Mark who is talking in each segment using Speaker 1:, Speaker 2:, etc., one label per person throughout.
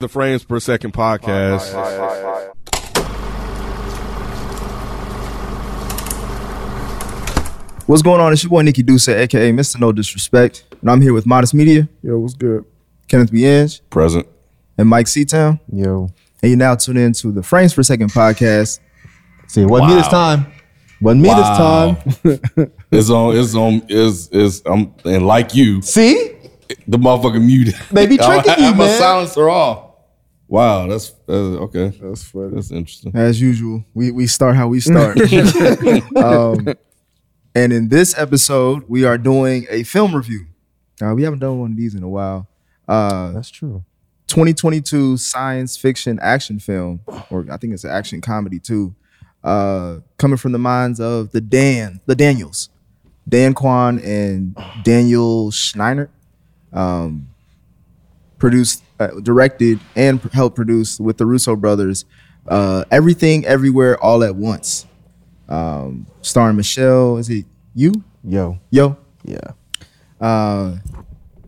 Speaker 1: the frames per second podcast.
Speaker 2: What's going on? It's your boy Nikki Duce, aka Mr. No Disrespect, and I'm here with Modest Media,
Speaker 3: Yo, what's good?
Speaker 2: Kenneth B. Eng,
Speaker 1: Present.
Speaker 2: and Mike Seatown,
Speaker 3: Yo.
Speaker 2: and you now tune in to the Frames Per Second podcast.
Speaker 3: See, it wasn't me this time. Wasn't me this time.
Speaker 1: It's on. It's on. Is is um and like you,
Speaker 3: See?
Speaker 1: the motherfucker muted.
Speaker 3: They be
Speaker 1: I-
Speaker 3: tricking
Speaker 1: I,
Speaker 3: you,
Speaker 1: have my
Speaker 3: man.
Speaker 1: silencer off. Wow, that's uh, okay.
Speaker 3: That's funny.
Speaker 1: That's interesting.
Speaker 2: As usual, we, we start how we start. um, and in this episode, we are doing a film review. Uh, we haven't done one of these in a while. Uh,
Speaker 3: That's true.
Speaker 2: 2022 science fiction action film, or I think it's an action comedy too, uh, coming from the minds of the Dan, the Daniels, Dan Kwan and Daniel Schneiner, um, produced, uh, directed, and helped produce with the Russo brothers, uh, everything, everywhere, all at once, um, starring Michelle. Is it you?
Speaker 3: Yo.
Speaker 2: Yo,
Speaker 3: Yeah.
Speaker 2: uh,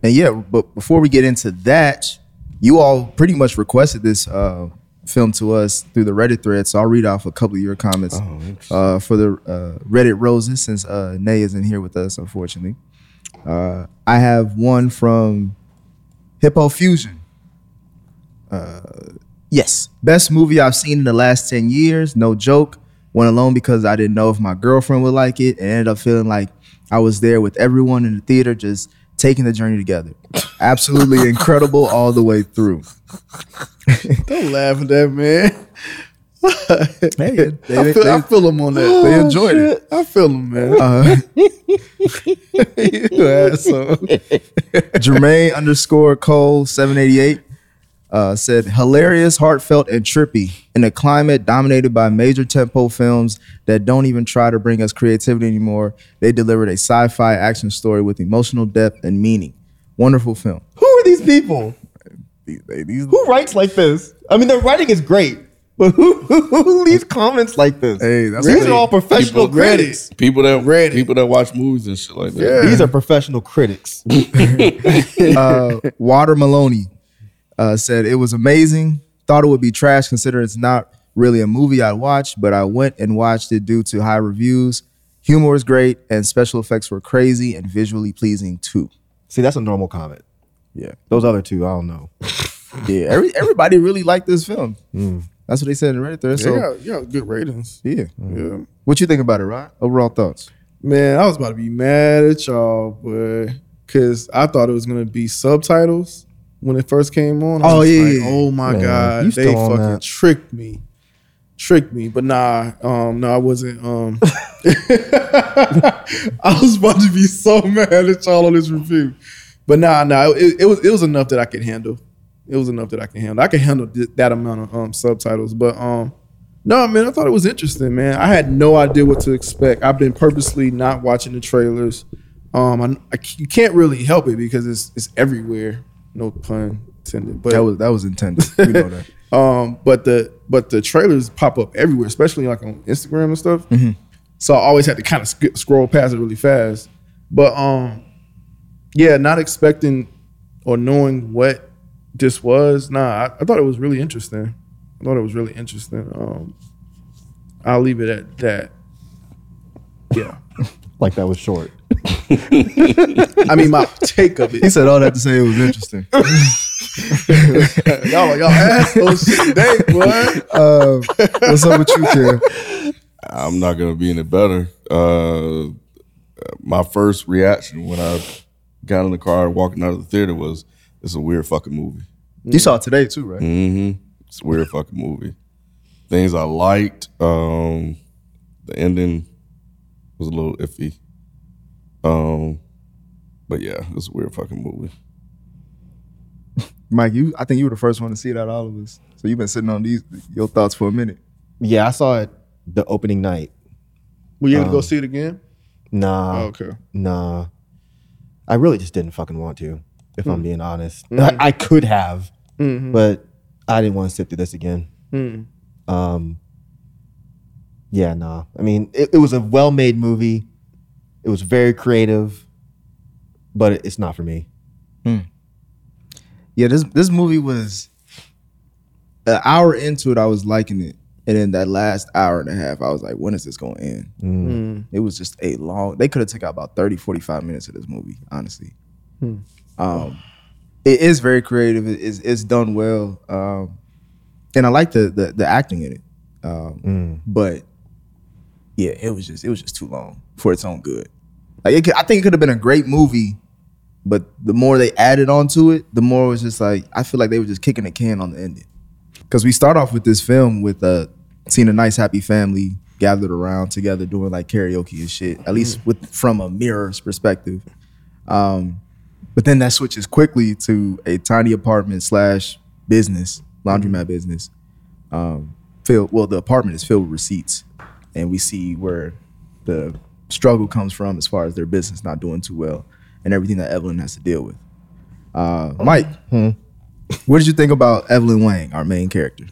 Speaker 2: and yeah, but before we get into that, you all pretty much requested this uh, film to us through the Reddit thread. So I'll read off a couple of your comments uh, for the uh, Reddit roses, since uh, Nay isn't here with us, unfortunately. Uh, I have one from Hippo Fusion. Yes. Best movie I've seen in the last 10 years. No joke. Went alone because I didn't know if my girlfriend would like it and ended up feeling like I was there with everyone in the theater just taking the journey together. Absolutely incredible all the way through.
Speaker 4: Don't laugh at that, man.
Speaker 2: Hey, they,
Speaker 4: I,
Speaker 2: they,
Speaker 4: feel, I
Speaker 2: they, Oh,
Speaker 4: feel them on that.
Speaker 2: they enjoyed it.
Speaker 4: I feel them, man.
Speaker 2: Uh,
Speaker 4: you asshole.
Speaker 2: Jermaine underscore Cole 788 uh, said, hilarious, heartfelt, and trippy in a climate dominated by major tempo films that don't even try to bring us creativity anymore. They delivered a sci fi action story with emotional depth and meaning. Wonderful film.
Speaker 3: Who are these people? Who writes like this? I mean, their writing is great, but who, who, who leaves comments like this?
Speaker 2: Hey, that's
Speaker 3: these
Speaker 2: what
Speaker 3: are all
Speaker 2: they-
Speaker 3: professional
Speaker 4: people credit.
Speaker 3: critics.
Speaker 1: People that
Speaker 4: Reddit.
Speaker 1: people that watch movies and shit like that.
Speaker 4: Yeah.
Speaker 3: These are professional critics.
Speaker 2: uh, Water Maloney uh, said it was amazing. Thought it would be trash, considering it's not really a movie I watched, but I went and watched it due to high reviews. Humor was great, and special effects were crazy and visually pleasing too.
Speaker 3: See, that's a normal comment.
Speaker 2: Yeah.
Speaker 3: Those other two, I don't know.
Speaker 2: Yeah, Mm. every, everybody really liked this film. That's what they said in Reddit. There,
Speaker 4: So,
Speaker 2: so
Speaker 4: you,
Speaker 2: yeah.
Speaker 4: got, you got good ratings. Yeah.
Speaker 2: What you think about it, Rod? Overall thoughts?
Speaker 4: Man, I was about to be mad at y'all, but because I thought it was going to be subtitles when it first came on. I
Speaker 2: Oh,
Speaker 4: was
Speaker 2: yeah,
Speaker 4: like,
Speaker 2: yeah.
Speaker 4: oh, my
Speaker 3: Man,
Speaker 4: God.
Speaker 3: you
Speaker 4: They
Speaker 3: still on
Speaker 4: fucking
Speaker 3: that.
Speaker 4: tricked me. Tricked me. But nah, um, no, I wasn't. Um, I was about to be so mad at y'all on this review. But nah, nah, it, it was it was enough that I could handle. It was enough that I could handle. I could handle th- that amount of um, subtitles. But um, no, man, I thought it was interesting, man. I had no idea what to expect. I've been purposely not watching the trailers. Um, I, I c- you can't really help it because it's it's everywhere. No pun intended. But
Speaker 2: That was that was intended. We know that.
Speaker 4: um, but the but the trailers pop up everywhere, especially like on Instagram and stuff. So I always had to kind of sk- scroll past it really fast. But um, yeah, not expecting or knowing what this was. Nah, I, I thought it was really interesting. I thought it was really interesting. Um, I'll leave it at that. Yeah,
Speaker 3: Like that was short.
Speaker 4: I mean my take of
Speaker 2: He
Speaker 4: it.
Speaker 2: said all that to say it was interesting.
Speaker 4: Y'all like y'all assholes today, boy.
Speaker 2: Uh, what's up with you, Kim?
Speaker 1: I'm not gonna be any better. Uh, my first reaction when I got in the car walking out of the theater was, "It's a weird fucking movie."
Speaker 2: You saw it today too, right?
Speaker 1: Mm-hmm. It's a weird fucking movie. Things I liked. Um, the ending was a little iffy. Um, but yeah, it's a weird fucking movie.
Speaker 2: Mike, you I think you were the first one to see it out of all of us. So you've been sitting on these your thoughts for a minute.
Speaker 3: Yeah, I saw it the opening night.
Speaker 4: Were you gonna go see it again?
Speaker 3: Nah.
Speaker 4: Okay.
Speaker 3: Nah. I really just didn't fucking want to, if
Speaker 2: Hmm.
Speaker 3: I'm being honest. I, I could have,
Speaker 4: Mm-hmm.
Speaker 3: but I didn't want to sit through this again.
Speaker 4: Mm.
Speaker 3: Um, yeah, nah. I mean, it, it was a well made movie, it was very creative, but it, it's not for me.
Speaker 2: Yeah, this this movie was an hour into it, I was liking it. And then that last hour and a half, I was like, when is this going to end?
Speaker 3: Mm.
Speaker 2: It was just a long, they could have took out about 30, 45 minutes of this movie, honestly. Um, it is very creative. It is, it's done well. Um, and I like the, the, the acting in it. Um,
Speaker 3: Mm.
Speaker 2: But yeah, it was just, it was just too long for its own good. Like it could, I think it could have been a great movie, but the more they added onto it, the more it was just like, I feel like they were just kicking the can on the ending because we start off with this film with uh, seeing a nice happy family gathered around together doing like karaoke and shit at least with from a mirror's perspective um, but then that switches quickly to a tiny apartment slash business laundromat business um, filled well the apartment is filled with receipts and we see where the struggle comes from as far as their business not doing too well and everything that evelyn has to deal with uh,
Speaker 3: Oh.
Speaker 2: mike what did you think about evelyn wang our main character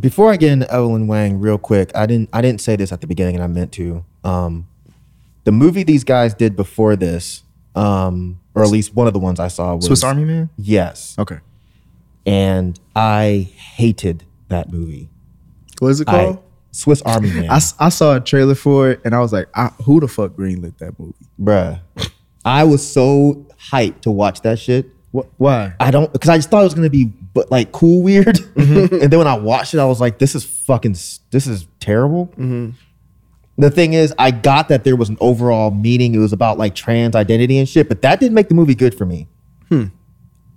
Speaker 3: Before I get into Evelyn Wang real quick, I didn't I didn't say this at the beginning and I meant to. Um, the movie these guys did before this, um, or at least one of the ones I saw was
Speaker 2: Swiss Army Man.
Speaker 3: Yes.
Speaker 2: Okay.
Speaker 3: And I hated that movie.
Speaker 4: What is it
Speaker 3: I-
Speaker 4: called?
Speaker 3: Swiss Army Man.
Speaker 2: I, s- I saw a trailer for it and I was like, I, who the fuck greenlit that movie?
Speaker 3: bruh. I was so hyped to watch that shit.
Speaker 2: Why?
Speaker 3: I don't because I just thought it was gonna be but like cool weird,
Speaker 2: Mm-hmm.
Speaker 3: and then when I watched it, I was like, "This is fucking s- this is terrible."
Speaker 2: Mm-hmm.
Speaker 3: The thing is, I got that there was an overall meaning. It was about like trans identity and shit, but that didn't make the movie good for me.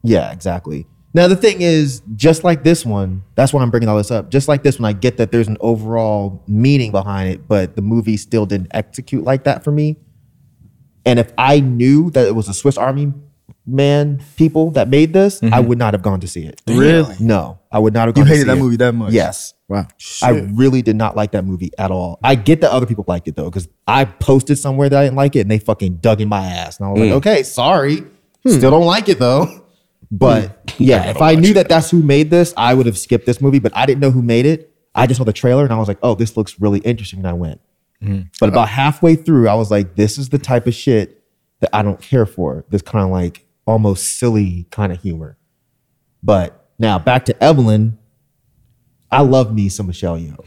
Speaker 3: Yeah, exactly. Now the thing is, just like this one, that's why I'm bringing all this up. Just like this one, I get that there's an overall meaning behind it, but the movie still didn't execute like that for me. And if I knew that it was a Swiss Army man people that made this, I would not have gone to see it.
Speaker 2: Mm-hmm. Really?
Speaker 3: No, I would not have.
Speaker 2: You
Speaker 3: gone to
Speaker 2: hated
Speaker 3: see
Speaker 2: that
Speaker 3: it.
Speaker 2: movie that much?
Speaker 3: Yes.
Speaker 2: Wow.
Speaker 3: I really did not like that movie at all. I get that other people liked it though, because I posted somewhere that I didn't like it and they fucking dug in my ass. And I was like, okay, sorry. Still don't like it though. But Hmm. yeah, if I knew that that's who made this, I would have skipped this movie, but I didn't know who made it. I just saw the trailer and I was like, oh, this looks really interesting. And I went. But about halfway through, I was like, this is the type of shit that I don't care for. This kind of like almost silly kind of humor. But now back to Evelyn. I love me some Michelle Yeoh.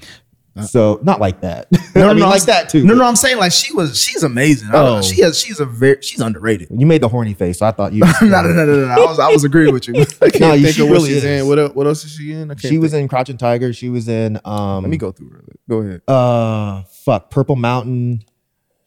Speaker 3: So not like that. I mean,
Speaker 2: I'm
Speaker 3: like
Speaker 2: s-
Speaker 3: that too.
Speaker 2: No, no, I'm saying like she was, she's amazing. Oh.
Speaker 3: Oh.
Speaker 2: she has, she's a very, she's underrated.
Speaker 3: You made the horny face, so I thought you.
Speaker 2: no, no, no, no, no. I was, I was agreeen with you. Let
Speaker 3: no, you-
Speaker 4: Think
Speaker 3: she
Speaker 4: of what
Speaker 3: really
Speaker 4: she's
Speaker 3: is.
Speaker 4: in. What, el- what else is she in? I can't
Speaker 3: She was in Crouching Tiger. She was in. Um,
Speaker 2: me go through it. Go ahead.
Speaker 3: Uh, fuck, Purple Mountain.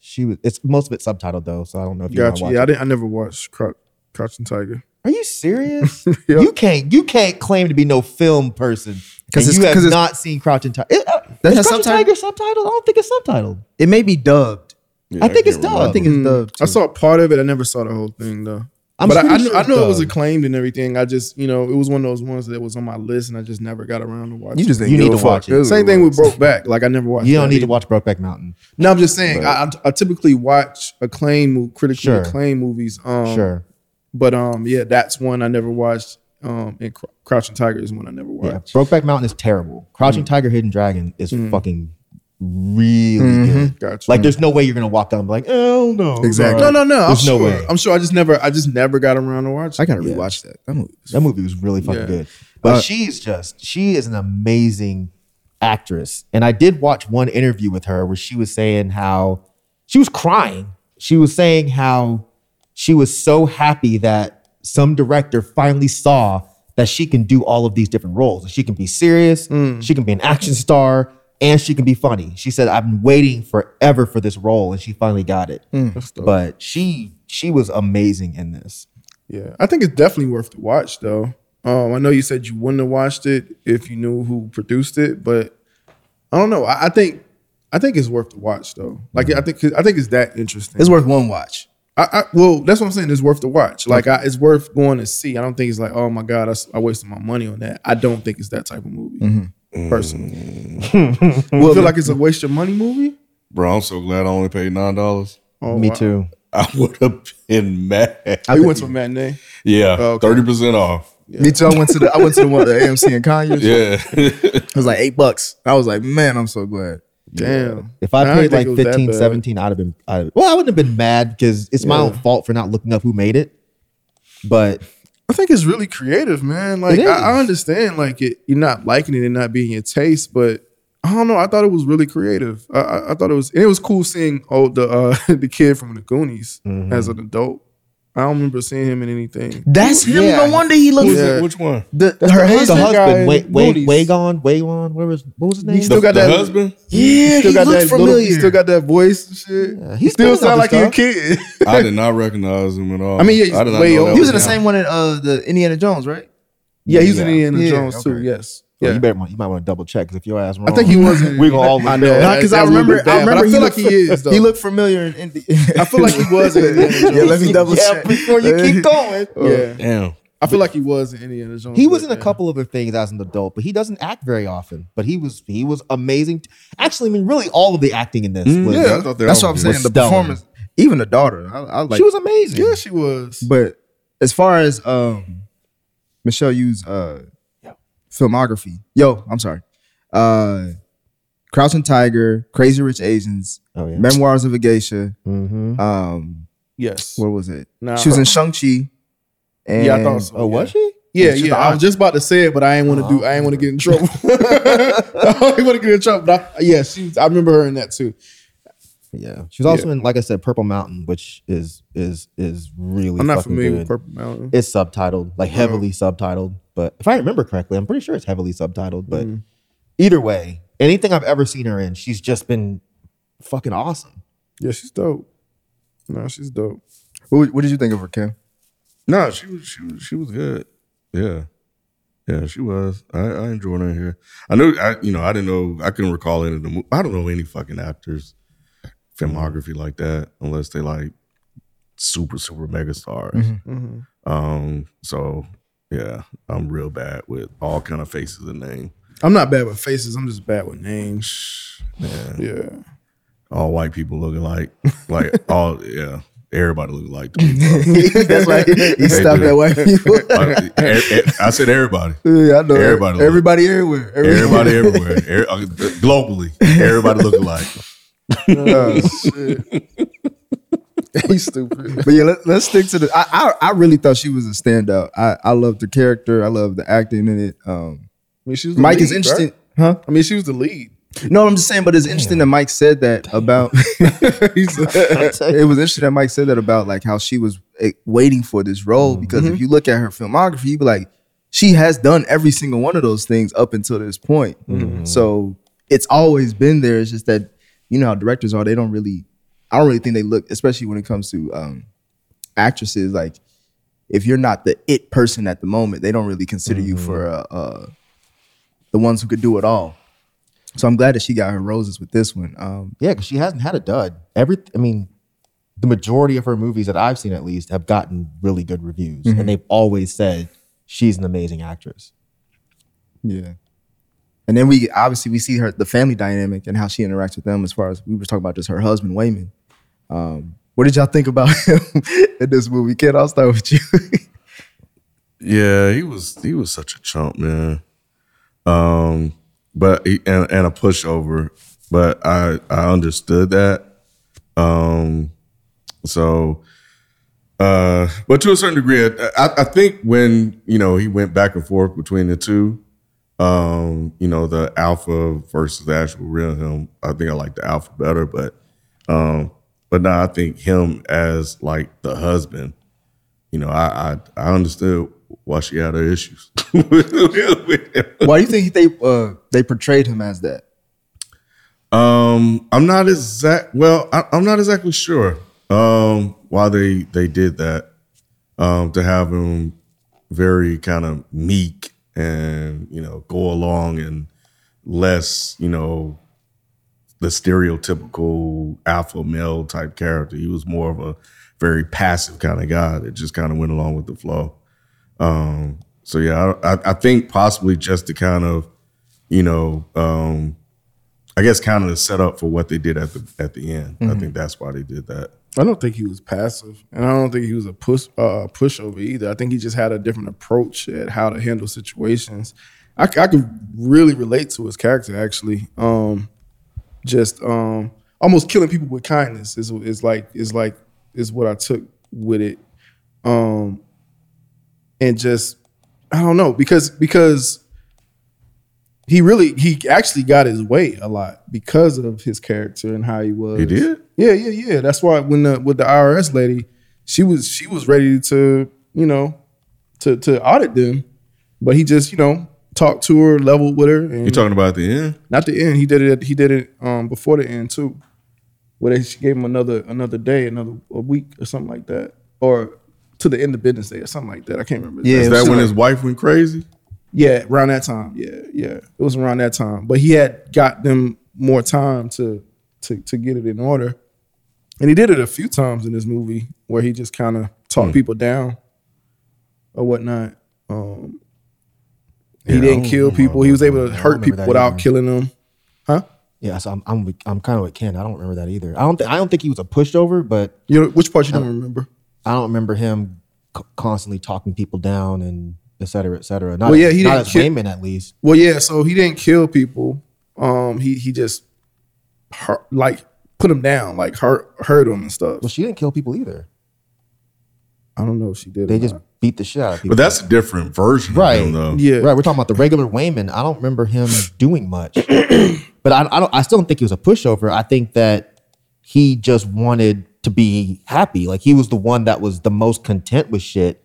Speaker 3: She was. It's most of it's subtitled though, so I don't know if you
Speaker 4: Gotcha.
Speaker 3: want to
Speaker 4: Yeah, I
Speaker 3: watch.
Speaker 4: didn't. I never watched Crouch, Crouching Tiger.
Speaker 3: it. Are you serious? You can't. You can't claim to be no film person
Speaker 2: 'Cause
Speaker 3: because
Speaker 2: it's-
Speaker 3: you have
Speaker 2: 'cause it's-
Speaker 3: not seen Crouching Tiger. uh, Is Crouching
Speaker 2: That's not subtitled?
Speaker 3: Tiger subtitled? I don't think it's subtitled.
Speaker 2: It may be dubbed.
Speaker 1: Yeah,
Speaker 3: I think it's
Speaker 1: can't
Speaker 3: dumb.
Speaker 1: remember.
Speaker 3: I
Speaker 2: I think it's dubbed.
Speaker 4: Hmm. I saw part of it. I never saw the whole thing though.
Speaker 3: I'm
Speaker 4: but I, I
Speaker 3: pretty
Speaker 4: knew,
Speaker 3: sure
Speaker 4: I
Speaker 3: it's
Speaker 4: knew it was
Speaker 3: done.
Speaker 4: acclaimed and everything. I just, you know, it was one of those ones that was on my list, and I just never got around to watching.
Speaker 2: you just didn't
Speaker 3: You
Speaker 2: give
Speaker 3: need
Speaker 2: a
Speaker 3: to
Speaker 2: fuck.
Speaker 3: watch it.
Speaker 2: That's
Speaker 4: Same
Speaker 2: what it
Speaker 4: thing with
Speaker 2: was.
Speaker 4: Broke Back. Like I never watched.
Speaker 3: You
Speaker 4: that
Speaker 3: don't need
Speaker 4: either.
Speaker 3: to watch Brokeback Mountain.
Speaker 4: No, I'm just saying. I, I, I typically watch acclaimed, mo- critically
Speaker 3: Sure.
Speaker 4: acclaimed movies. Um,
Speaker 3: Sure.
Speaker 4: But um, yeah, that's one I never watched. Um, and Cr- Crouching Tiger is one I never
Speaker 3: Yeah,
Speaker 4: watched.
Speaker 3: Brokeback Mountain is terrible.
Speaker 4: Mm.
Speaker 3: Crouching Tiger, Hidden Dragon is fucking really good.
Speaker 4: Mm-hmm. Gotcha.
Speaker 3: Like, there's no way you're gonna walk down and be like, oh no,
Speaker 2: Exactly.
Speaker 4: no, no, no. I'm
Speaker 3: There's no
Speaker 4: sure.
Speaker 3: way.
Speaker 4: I'm sure. I just never. I just never got around to
Speaker 2: I
Speaker 4: watching.
Speaker 2: gotta rewatch that. That movie.
Speaker 3: That movie was really fucking
Speaker 4: Yeah.
Speaker 3: good. But
Speaker 2: Uh,
Speaker 3: she's just, she is an amazing actress. And I did watch one interview with her where she was saying how she was crying. She was saying how she was so happy that some director finally saw that she can do all of these different roles. She can be serious,
Speaker 4: Mm.
Speaker 3: she can be an action star, and she can be funny. She said, I've been waiting forever for this role, and she finally got it.
Speaker 4: Mm.
Speaker 3: But she she was amazing in this.
Speaker 4: Yeah, I think it's definitely worth to watch though. Um, I know you said you wouldn't have watched it if you knew who produced it, but I don't know. I, I think I think it's worth to watch though. Like I think I think it's that interesting.
Speaker 2: It's worth one watch.
Speaker 4: I, I, well, that's what I'm saying. It's worth the watch. Like, I, it's worth going to see. I don't think it's like, oh my god, I, s- I wasted my money on that. I don't think it's that type of movie,
Speaker 2: Mm-hmm.
Speaker 4: personally. you feel like it's a waste of money movie?
Speaker 1: Bro, I'm so glad I only paid nine dollars.
Speaker 4: Oh,
Speaker 3: Me
Speaker 4: wow.
Speaker 3: too.
Speaker 1: I would have been mad.
Speaker 4: We went to a matinee.
Speaker 1: Yeah,
Speaker 4: Oh, okay.
Speaker 1: thirty percent off.
Speaker 2: Me too. I went to the I went to the one the AMC and Kanye.
Speaker 1: Yeah,
Speaker 2: It was like eight bucks. I was like, man, I'm so glad.
Speaker 4: Damn.
Speaker 3: If I
Speaker 4: didn't
Speaker 3: paid
Speaker 4: think
Speaker 3: like
Speaker 4: it was that
Speaker 3: 15,
Speaker 4: bad.
Speaker 3: 17, I'd have been, I'd have, well, I wouldn't have been mad because it's my own fault for not looking up who made it. But
Speaker 4: I think it's really creative, man. Like
Speaker 3: It
Speaker 4: I, I
Speaker 3: is.
Speaker 4: understand, like it, you're not liking it and not being your taste, but I don't know. I thought it was really creative. I, I, I thought it was, and it was cool seeing oh the uh, the kid from the Goonies as an adult. I don't remember seeing him in anything.
Speaker 2: That's him.
Speaker 3: Yeah.
Speaker 2: No wonder he looks.
Speaker 1: Who's
Speaker 4: Yeah.
Speaker 1: it? Which one?
Speaker 2: The,
Speaker 4: That's
Speaker 2: her
Speaker 4: the
Speaker 3: the
Speaker 2: husband.
Speaker 4: husband guy
Speaker 3: husband,
Speaker 4: in
Speaker 3: Way- Way-
Speaker 4: Goonies.
Speaker 3: Wagon, Wagon, where was what was his name?
Speaker 4: He's still
Speaker 1: the
Speaker 4: got that-
Speaker 1: husband?
Speaker 2: Yeah, he,
Speaker 4: Still got
Speaker 2: looked
Speaker 4: that little-
Speaker 2: familiar.
Speaker 4: he still got that voice and shit.
Speaker 3: he's
Speaker 4: he still
Speaker 3: been on
Speaker 4: sound like he
Speaker 3: other
Speaker 4: a kid.
Speaker 1: I did not recognize him at all.
Speaker 4: I mean, yeah, he's
Speaker 1: I did not
Speaker 4: way
Speaker 1: know
Speaker 4: old.
Speaker 1: that
Speaker 2: he was in the
Speaker 1: him.
Speaker 2: same one in uh, the Indiana Jones, right?
Speaker 4: yeah, he was in
Speaker 3: Yeah.
Speaker 4: Indiana
Speaker 2: Yeah,
Speaker 4: Jones too.
Speaker 2: okay.
Speaker 4: Yes.
Speaker 3: Yeah.
Speaker 4: Yeah.
Speaker 3: you better you might want to double check because if your ass wrong,
Speaker 4: I think he was. in-
Speaker 3: We gonna all look
Speaker 4: I know.
Speaker 3: bad.
Speaker 2: Nah, 'cause I
Speaker 4: That would
Speaker 2: remember-
Speaker 4: look
Speaker 2: I
Speaker 4: bad, but
Speaker 2: remember he
Speaker 4: I feel
Speaker 2: looked-
Speaker 4: like he is. Though.
Speaker 2: He looked familiar in Indi-
Speaker 4: I feel like he was in Indiana Jones.
Speaker 2: yeah, let me double check.
Speaker 3: before you keep going.
Speaker 4: Yeah.
Speaker 1: Damn.
Speaker 4: I feel like he was in Indiana Jones.
Speaker 3: He was
Speaker 4: but,
Speaker 3: in a
Speaker 4: yeah.
Speaker 3: couple other things as an adult, but he doesn't act very often. But he was he was amazing. Actually, I mean, really, all of the acting in this
Speaker 4: Mm,
Speaker 3: was
Speaker 1: Yeah, I thought they
Speaker 2: That's
Speaker 1: all
Speaker 2: what I'm
Speaker 1: was-
Speaker 2: saying. The
Speaker 3: stellar.
Speaker 2: performance, even the daughter, I, I like.
Speaker 3: she was amazing.
Speaker 4: Yeah, she was.
Speaker 2: but as far as um, Michelle Yu's uh, filmography, yo, I'm sorry. Uh, Crouching Tiger, Crazy Rich Asians,
Speaker 3: Oh yeah.
Speaker 2: Memoirs of a Geisha.
Speaker 3: Mm-hmm.
Speaker 2: Um,
Speaker 4: Yes.
Speaker 2: what was it?
Speaker 4: Nah.
Speaker 2: She was in Shang Chi.
Speaker 4: Yeah, I thought so.
Speaker 3: Oh, was
Speaker 4: yeah.
Speaker 3: she?
Speaker 4: Yeah,
Speaker 2: She's
Speaker 4: yeah.
Speaker 2: the
Speaker 4: I was just about to say it, but I ain't want to do. I ain't want to get in trouble. I don't want to get in trouble. But I, yeah, she. I remember her in that too.
Speaker 3: Yeah. She was also in, like I said, Purple Mountain, which is is is really.
Speaker 4: I'm not
Speaker 3: fucking
Speaker 4: familiar
Speaker 3: good.
Speaker 4: with Purple Oh. Mountain.
Speaker 3: It's subtitled, like heavily subtitled. But if I remember correctly, I'm pretty sure it's heavily subtitled. But
Speaker 4: Mm-hmm.
Speaker 3: either way, anything I've ever seen her in, she's just been fucking awesome.
Speaker 4: Yeah, she's dope. No, she's dope.
Speaker 2: What, what did you think of her, Kim?
Speaker 1: No, she was she was she was good. Yeah. Yeah, she was. I, I enjoyed her here. I knew I you know, I didn't know I couldn't recall any of the mo- I don't know any fucking actors filmography like that unless they like super, super mega stars.
Speaker 3: Mm-hmm.
Speaker 4: Mhm.
Speaker 1: Um, so yeah, I'm real bad with all kind of faces and names.
Speaker 4: I'm not bad with faces. I'm just bad with names.
Speaker 1: Yeah.
Speaker 4: Yeah.
Speaker 1: All white people looking like like all yeah. Everybody looking like to me.
Speaker 2: That's why he stopped
Speaker 1: do.
Speaker 2: at white people.
Speaker 1: I, e, I- I said everybody.
Speaker 2: yeah, I know.
Speaker 1: Everybody look.
Speaker 2: everybody everywhere.
Speaker 1: Everybody everywhere. Er- uh, globally. Everybody looking like.
Speaker 2: Uh,
Speaker 4: He's stupid.
Speaker 2: but yeah, let, us stick to the. I, I I really thought she was a standout. I I loved the character. I loved the acting in it. Um,
Speaker 4: I mean, she was the
Speaker 2: Mike is
Speaker 4: lead,
Speaker 2: interesting.
Speaker 4: right? I mean, she was the lead.
Speaker 2: No, I'm just saying, but it's interesting that Mike said that about.
Speaker 4: He's
Speaker 2: it was interesting that Mike said that about like how she was eh, waiting for this role because if you look at her filmography, you be like, she has done every single one of those things up until this point. So it's always been there. It's just that you know how directors are; they don't really. I don't really think they look, especially when it comes to um, actresses. Like, if you're not the it person at the moment, they don't really consider you for uh, uh, the ones who could do it all. So I'm glad that she got her roses with this one. Um,
Speaker 3: Yeah, because she hasn't had a dud. Every, I mean, the majority of her movies that I've seen, at least, have gotten really good reviews,
Speaker 4: Mm-hmm.
Speaker 3: and they've always said she's an amazing actress.
Speaker 2: Yeah. And then we obviously we see her the family dynamic and how she interacts with them as far as we were talking about just her husband Wayman. Um, what did y'all think about him in this movie? Kid, I'll start with you.
Speaker 1: Yeah, he was he was such a chump, man. Um, but he, and and a pushover, but I I understood that. Um, so, uh, but to a certain degree, I, I- I think when you know he went back and forth between the two, um, you know the alpha versus the actual real him. I think I like the alpha better, but um, but now I think him as like the husband you know, I I, I understood why she had her issues.
Speaker 2: Why do you think they uh, they portrayed him as that?
Speaker 1: um, I'm not exact. Well, I, I'm not exactly sure um, why they they did that um, to have him very kind of meek and you know go along and less you know the stereotypical alpha male type character. He was more of a very passive kind of guy that just kind of went along with the flow. Um, so yeah, I, I- I think possibly just to kind of, you know, um, I guess kind of the setup for what they did at the at the end.
Speaker 2: Mm-hmm.
Speaker 1: I think that's why they did that.
Speaker 4: I don't think he was passive, and I don't think he was a push uh, pushover either. I think he just had a different approach at how to handle situations. I, c- I could really relate to his character actually. Um, just um, almost killing people with kindness is is like is like is what I took with it. Um, and just I don't know because because he really he actually got his way a lot because of his character and how he was.
Speaker 1: He did?
Speaker 4: Yeah, yeah, yeah. That's why when the with the IRS lady, she was she was ready to you know to to audit them, but he just you know talked to her, leveled with her. And
Speaker 1: You talking about at the end?
Speaker 4: not the end. He did it. He did it um, before the end too. Where they, she gave him another another day, another a week or something like that, or to the end of business day or something like that. I can't remember.
Speaker 2: Yeah,
Speaker 1: Is
Speaker 2: it
Speaker 1: that
Speaker 2: was
Speaker 1: when
Speaker 2: like-
Speaker 1: his wife went crazy?
Speaker 4: yeah, around that time. Yeah, yeah, it was around that time. But he had got them more time to to to get it in order, and he did it a few times in this movie where he just kind of talked
Speaker 3: Hmm.
Speaker 4: people down or whatnot. Um, he
Speaker 1: Yeah, I
Speaker 4: didn't
Speaker 1: don't
Speaker 4: kill people. He was able to
Speaker 3: I don't
Speaker 4: hurt
Speaker 3: remember
Speaker 4: people
Speaker 3: that
Speaker 4: without
Speaker 3: either.
Speaker 4: killing them.
Speaker 3: Yeah, so I'm I'm, I'm kind of with Ken. I don't remember that either. I don't th- I don't think he was a pushover, but
Speaker 4: You know which part you don't remember?
Speaker 3: I don't remember him c- constantly talking people down and et cetera, et cetera. Not,
Speaker 4: Well, yeah, he
Speaker 3: not
Speaker 4: didn't
Speaker 3: as
Speaker 4: kill-
Speaker 3: Wayman at least.
Speaker 4: Well, yeah. So he didn't kill people. Um, he he just hurt, like put them down, like hurt hurt them and stuff.
Speaker 3: Well, she didn't kill people either.
Speaker 4: I don't know if she did.
Speaker 3: They
Speaker 4: or
Speaker 3: just
Speaker 4: not.
Speaker 3: beat the shit out of people.
Speaker 1: But that's a different version
Speaker 3: Right.
Speaker 1: of him, though.
Speaker 4: yeah.
Speaker 3: right. We're talking about the regular Wayman. I don't remember him doing much, but I, I don't. I still don't think he was a pushover. I think that he just wanted to be happy. Like he was the one that was the most content with shit.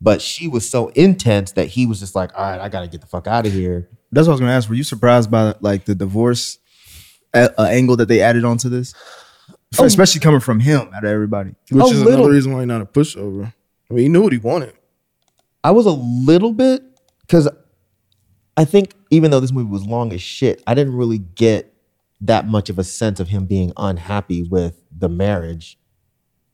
Speaker 3: But she was so intense that he was just like, "All right, I gotta get the fuck out of here."
Speaker 2: That's what I was gonna ask. Were you surprised by like the divorce a- uh, angle that they added onto this? Especially coming from him out of everybody.
Speaker 4: Which
Speaker 3: a
Speaker 4: is
Speaker 3: little-
Speaker 4: another reason why he's not a pushover. I mean, he knew what he wanted.
Speaker 3: I was a little bit because I think even though this movie was long as shit, I didn't really get that much of a sense of him being unhappy with the marriage.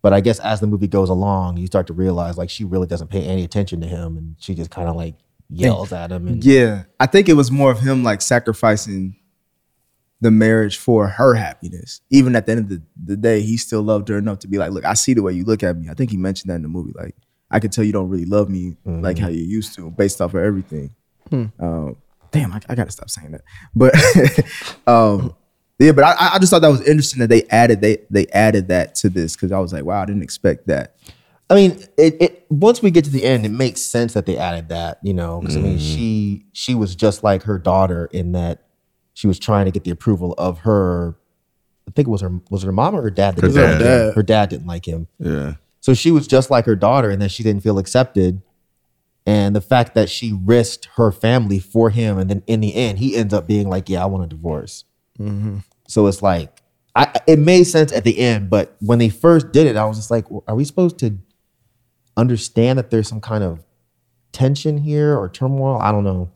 Speaker 3: But I guess as the movie goes along, you start to realize like she really doesn't pay any attention to him, and she just kind of like yells at him. And
Speaker 2: Yeah. I think it was more of him like sacrificing the marriage for her happiness. Even at the end of the, the day, he still loved her enough to be like, look, I see the way you look at me. I think he mentioned that in the movie. Like, I could tell you don't really love me like how you used to based off of everything. Um, damn, I, I gotta stop saying that. But um, yeah, but I- I, I just thought that was interesting that they added they they added that to this because I was like, wow, I didn't expect that.
Speaker 3: I mean, it, it once we get to the end, it makes sense that they added that, you know, because
Speaker 1: Mm.
Speaker 3: I mean, she she was just like her daughter in that she was trying to get the approval of her. I think it was her was it her mom or her dad. That
Speaker 1: Her
Speaker 3: didn't like
Speaker 1: dad.
Speaker 3: him? Her dad didn't like him,
Speaker 1: Yeah.
Speaker 3: so she was just like her daughter, and then she didn't feel accepted. And the fact that she risked her family for him, and then in the end, he ends up being like, "Yeah, I want a divorce." So it's like, I it made sense at the end, but when they first did it, I was just like, well, "Are we supposed to understand that there's some kind of tension here or turmoil?" I don't know,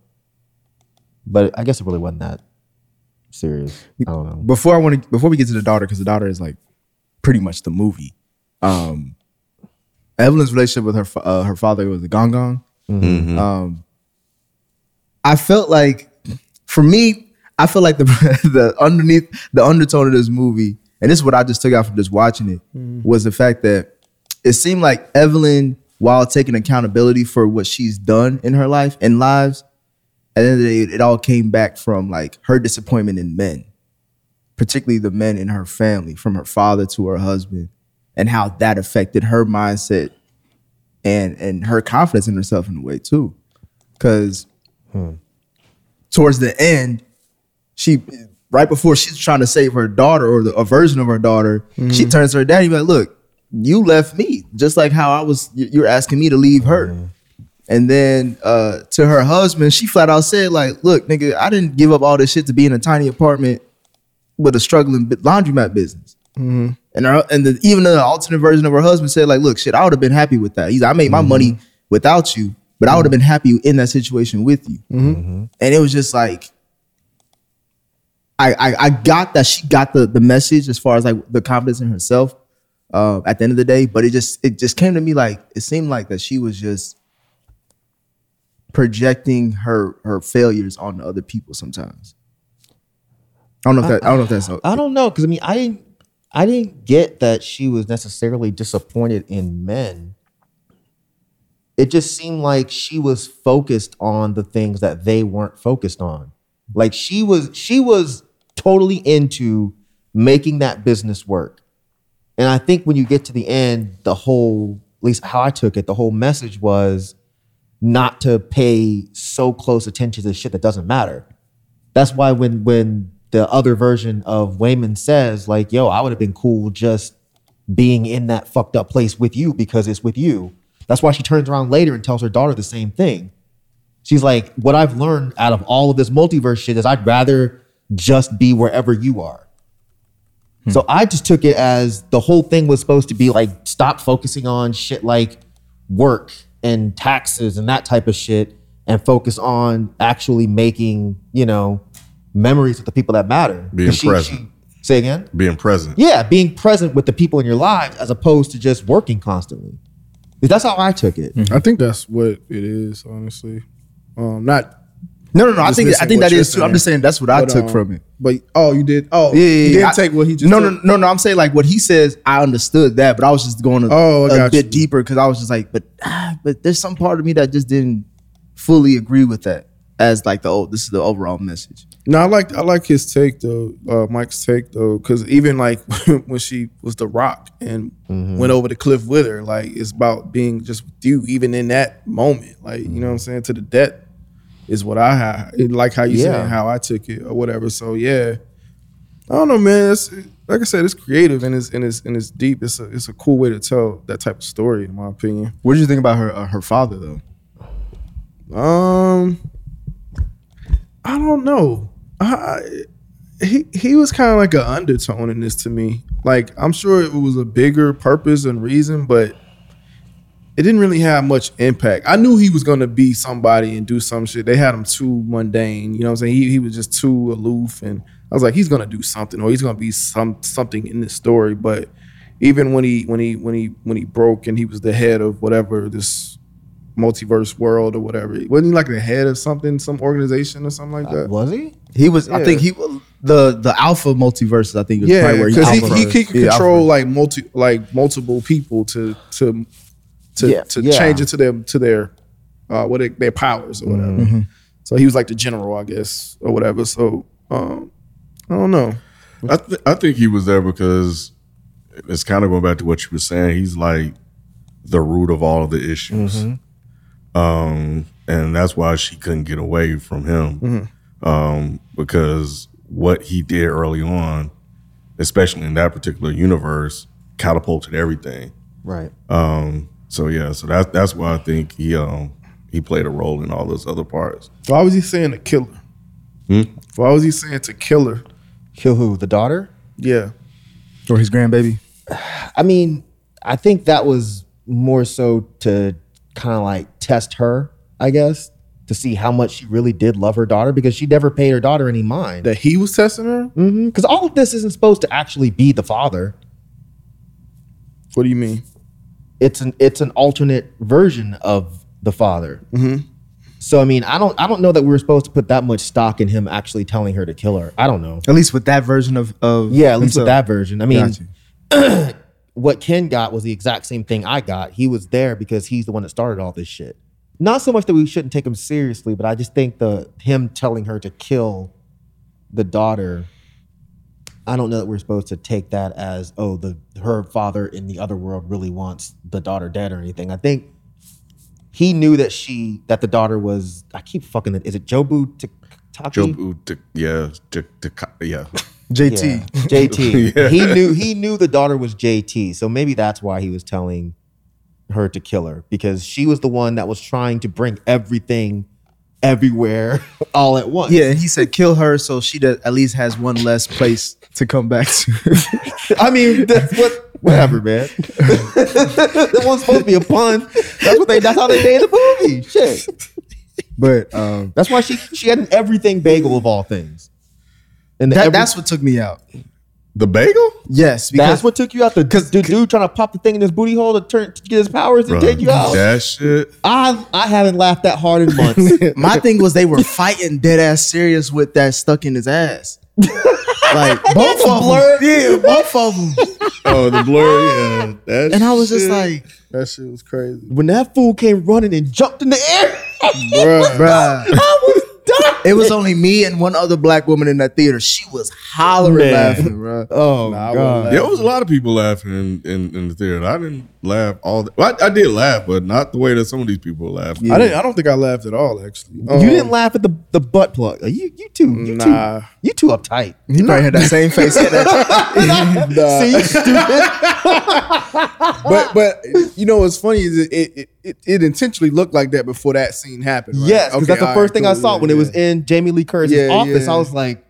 Speaker 3: but I guess it really wasn't that serious. I don't know.
Speaker 2: before I want to before we get to the daughter, because the daughter is like pretty much the movie. Um, Evelyn's relationship with her fa- uh, her father was a gong gong. Um, I felt like, for me, I feel like the the underneath the undertone of this movie, and this is what I just took out from just watching it, was the fact that it seemed like Evelyn, while taking accountability for what she's done in her life and lives, at the end of the day, it all came back from like her disappointment in men particularly the men in her family, from her father to her husband, and how that affected her mindset and and her confidence in herself in a way too. Cause towards the end, she right before she's trying to save her daughter or the, a version of her daughter, she turns to her daddy and be like, "Look, you left me just like how I was. you- You're asking me to leave her." And then uh, to her husband, she flat out said, "Like, look, nigga, I didn't give up all this shit to be in a tiny apartment with a struggling bi- laundromat business." And her, and the, even the alternate version of her husband said, "Like, look, shit, I would have been happy with that. He's, I made my money without you, but I would have been happy in that situation with you." And it was just like, I, I I got that she got the the message as far as like the confidence in herself uh, at the end of the day, but it just it just came to me like it seemed like that she was just projecting her her failures onto other people sometimes. I don't know if that I, don't know if that's
Speaker 3: I don't know because I mean I didn't I didn't get that she was necessarily disappointed in men. It just seemed like she was focused on the things that they weren't focused on. Like she was she was totally into making that business work. And I think when you get to the end, the whole at least how I took it, the whole message was not to pay so close attention to shit that doesn't matter. That's why when when the other version of Wayman says like, "Yo, I would have been cool just being in that fucked up place with you because it's with you." That's why she turns around later and tells her daughter the same thing. She's like, "What I've learned out of all of this multiverse shit is I'd rather just be wherever you are."
Speaker 1: Hmm.
Speaker 3: So I just took it as the whole thing was supposed to be like stop focusing on shit like work and taxes and that type of shit and focus on actually making, you know, memories with the people that matter.
Speaker 1: Being
Speaker 3: 'Cause she-
Speaker 1: present.
Speaker 3: she- say again?
Speaker 1: Being present.
Speaker 3: Yeah, being present with the people in your lives as opposed to just working constantly. That's how I took it.
Speaker 4: I think that's what it is, honestly. Um, not
Speaker 2: No, no, no. I
Speaker 4: Just
Speaker 2: think I
Speaker 4: missing
Speaker 2: think
Speaker 4: what
Speaker 2: that
Speaker 4: you're
Speaker 2: is too. I'm
Speaker 4: saying.
Speaker 2: just saying that's what I
Speaker 4: but,
Speaker 2: took
Speaker 4: um,
Speaker 2: from it.
Speaker 4: But oh, you did. Oh,
Speaker 2: Yeah, yeah,
Speaker 4: you did
Speaker 2: yeah. I-
Speaker 4: take what he just.
Speaker 2: No,
Speaker 4: took?
Speaker 2: no, no, no. I'm saying like what he says. I understood that, but I was just going a,
Speaker 4: Oh, I
Speaker 2: a
Speaker 4: got
Speaker 2: bit
Speaker 4: you.
Speaker 2: deeper because I was just like, but ah, but there's some part of me that just didn't fully agree with that as like the oh, this is the overall message.
Speaker 4: No, I like I like his take though, uh, Mike's take though, because even like when she was the rock and went over the cliff with her, like it's about being just with you, even in that moment, like you know what I'm saying to the death is what I ha- it- like how you
Speaker 3: Yeah.
Speaker 4: saying how I took it or whatever. So yeah, I don't know, man. It's, like I said, it's creative and it's and it's and it's deep. It's a it's a cool way to tell that type of story, in my opinion.
Speaker 2: What did you think about her uh, her father though?
Speaker 4: Um, I don't know. I, he he was kind of like an undertone in this to me. Like I'm sure it was a bigger purpose and reason, but it didn't really have much impact. I knew he was gonna be somebody and do some shit. They had him too mundane. You know what I'm saying? He he was just too aloof, and I was like, he's gonna do something or he's gonna be some something in this story, but. Even when he when he when he when he broke and he was the head of whatever this multiverse world or whatever. Wasn't he like the head of something, some organization or something like
Speaker 1: Hmm.
Speaker 4: that?
Speaker 3: Was he?
Speaker 2: He was. I
Speaker 4: Yeah.
Speaker 2: think he was the the alpha multiverses. I think is
Speaker 4: yeah,
Speaker 2: probably where
Speaker 4: because he,
Speaker 2: Alpha.
Speaker 4: he, could
Speaker 2: Yeah, Alpha.
Speaker 4: control like multi like multiple people to to to
Speaker 3: Yeah,
Speaker 4: to
Speaker 3: yeah.
Speaker 4: change it to them to their uh what it, their powers or whatever. So he was like the general, I guess, or whatever. So um I don't know.
Speaker 1: I, th- I think he was there because it's kind of going back to what you were saying. He's like the root of all of the issues. Um, and that's why she couldn't get away from him. Um, because what he did early on, especially in that particular universe, catapulted everything.
Speaker 3: Right.
Speaker 1: Um, so yeah, so that's that's why I think he um he played a role in all those other parts.
Speaker 4: Why was he saying a killer?
Speaker 1: Hmm?
Speaker 4: Why was he saying to killer?
Speaker 3: Kill who? The daughter?
Speaker 4: Yeah.
Speaker 2: or his grandbaby.
Speaker 3: I mean, I think that was more so to kind of like test her, I guess, to see how much she really did love her daughter because she never paid her daughter any mind.
Speaker 4: That he was testing her?
Speaker 3: Because all of this isn't supposed to actually be the father.
Speaker 4: What do you mean?
Speaker 3: It's an it's an alternate version of the father. So I mean, I don't I don't know that we were supposed to put that much stock in him actually telling her to kill her. I don't know.
Speaker 2: At least with that version of of
Speaker 3: Yeah, at least
Speaker 2: himself.
Speaker 3: with that version. I mean,
Speaker 2: Gotcha.
Speaker 3: what Ken got was the exact same thing I got. He was there because he's the one that started all this shit. Not so much that we shouldn't take him seriously, but I just think the him telling her to kill the daughter. I don't know that we're supposed to take that as oh the her father in the other world really wants the daughter dead or anything. I think he knew that she that the daughter was I keep fucking it. Is it Jobu T- Taki?
Speaker 1: Joe, Ut- yeah, J- T- yeah,
Speaker 2: JT.
Speaker 3: Yeah. JT.
Speaker 1: Yeah.
Speaker 3: He knew he knew the daughter was JT, so maybe that's why he was telling her to kill her because she was the one that was trying to bring everything everywhere all at once.
Speaker 2: Yeah, and he said kill her so she does, at least has one less place to come back to.
Speaker 3: I mean that's what whatever, man. that was supposed to be a pun. That's what they that's how they made the movie. Shit.
Speaker 2: but um,
Speaker 3: That's why she she had an everything bagel of all things. And the
Speaker 2: that,
Speaker 3: every-
Speaker 2: that's what took me out.
Speaker 1: the bagel.
Speaker 2: Yes,
Speaker 3: that's
Speaker 2: because
Speaker 3: what took you out the dude, dude trying to pop the thing in his booty hole to turn to get his powers and
Speaker 1: Bruh,
Speaker 3: take you out.
Speaker 1: That shit.
Speaker 3: I I haven't laughed that hard in months.
Speaker 2: my thing was they were fighting dead ass serious with that stuck in his ass. like both of
Speaker 3: blur.
Speaker 2: them. Yeah, both of them.
Speaker 1: Oh, the blur. Yeah, that
Speaker 2: And I was just
Speaker 1: shit.
Speaker 2: like,
Speaker 4: That shit was crazy.
Speaker 3: when that fool came running and jumped in the air,
Speaker 4: Bruh.
Speaker 2: bruh.
Speaker 3: I was done.
Speaker 2: It was only me and one other black woman in that theater. She was hollering,
Speaker 3: Man.
Speaker 2: laughing, bro.
Speaker 3: Oh
Speaker 4: Nah, I
Speaker 3: god.
Speaker 4: wouldn't
Speaker 1: There was a lot of people laughing in, in, in the theater. I didn't laugh all. The, well, I, I did laugh, but not the way that some of these people laugh.
Speaker 4: I didn't. I don't think I laughed at all. Actually, Um,
Speaker 3: you didn't laugh at the, the butt plug. You you too you
Speaker 4: Nah.
Speaker 3: too you too uptight.
Speaker 2: He probably had that same face. in that.
Speaker 4: Nah.
Speaker 3: See, you stupid.
Speaker 4: but but you know what's funny is it it, it- it, it intentionally looked like that before that scene happened. Right?
Speaker 3: Yes, because
Speaker 4: Okay,
Speaker 3: that's the
Speaker 4: all
Speaker 3: first
Speaker 4: right,
Speaker 3: thing I
Speaker 4: cool,
Speaker 3: saw
Speaker 4: yeah,
Speaker 3: when it
Speaker 4: yeah.
Speaker 3: was in Jamie Lee Curtis's
Speaker 4: Yeah,
Speaker 3: office.
Speaker 4: yeah.
Speaker 3: I was like,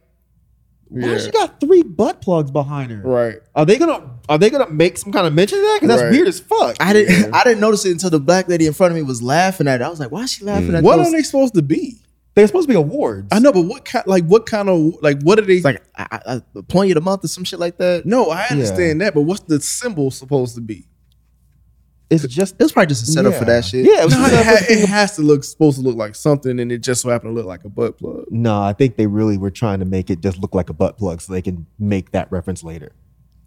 Speaker 3: why
Speaker 4: Yeah.
Speaker 3: she got three butt plugs behind her?
Speaker 4: right.
Speaker 3: Are they gonna are they gonna make some kind of mention of that? Because that's
Speaker 4: Right.
Speaker 3: weird as fuck.
Speaker 2: I didn't. I didn't notice it until the black lady in front of me was laughing at it. I was like, "Why is she laughing
Speaker 3: Mm.
Speaker 2: at
Speaker 4: What
Speaker 2: those?
Speaker 4: are they supposed to be?
Speaker 3: They're supposed to be awards.
Speaker 4: I know, but what kind? Like what kind of like what are they?
Speaker 2: It's like I, I, I, the point of the month or some shit like that.
Speaker 4: no, I understand that, but what's the symbol supposed to be?
Speaker 3: It's just
Speaker 2: It was probably just a setup for
Speaker 3: Yeah.
Speaker 2: that shit.
Speaker 3: Yeah, it was
Speaker 4: No,
Speaker 3: just
Speaker 4: it,
Speaker 3: that
Speaker 4: ha- it has to look supposed to look like something, and it just so happened to look like a butt plug.
Speaker 3: No, I think they really were trying to make it just look like a butt plug so they can make that reference later.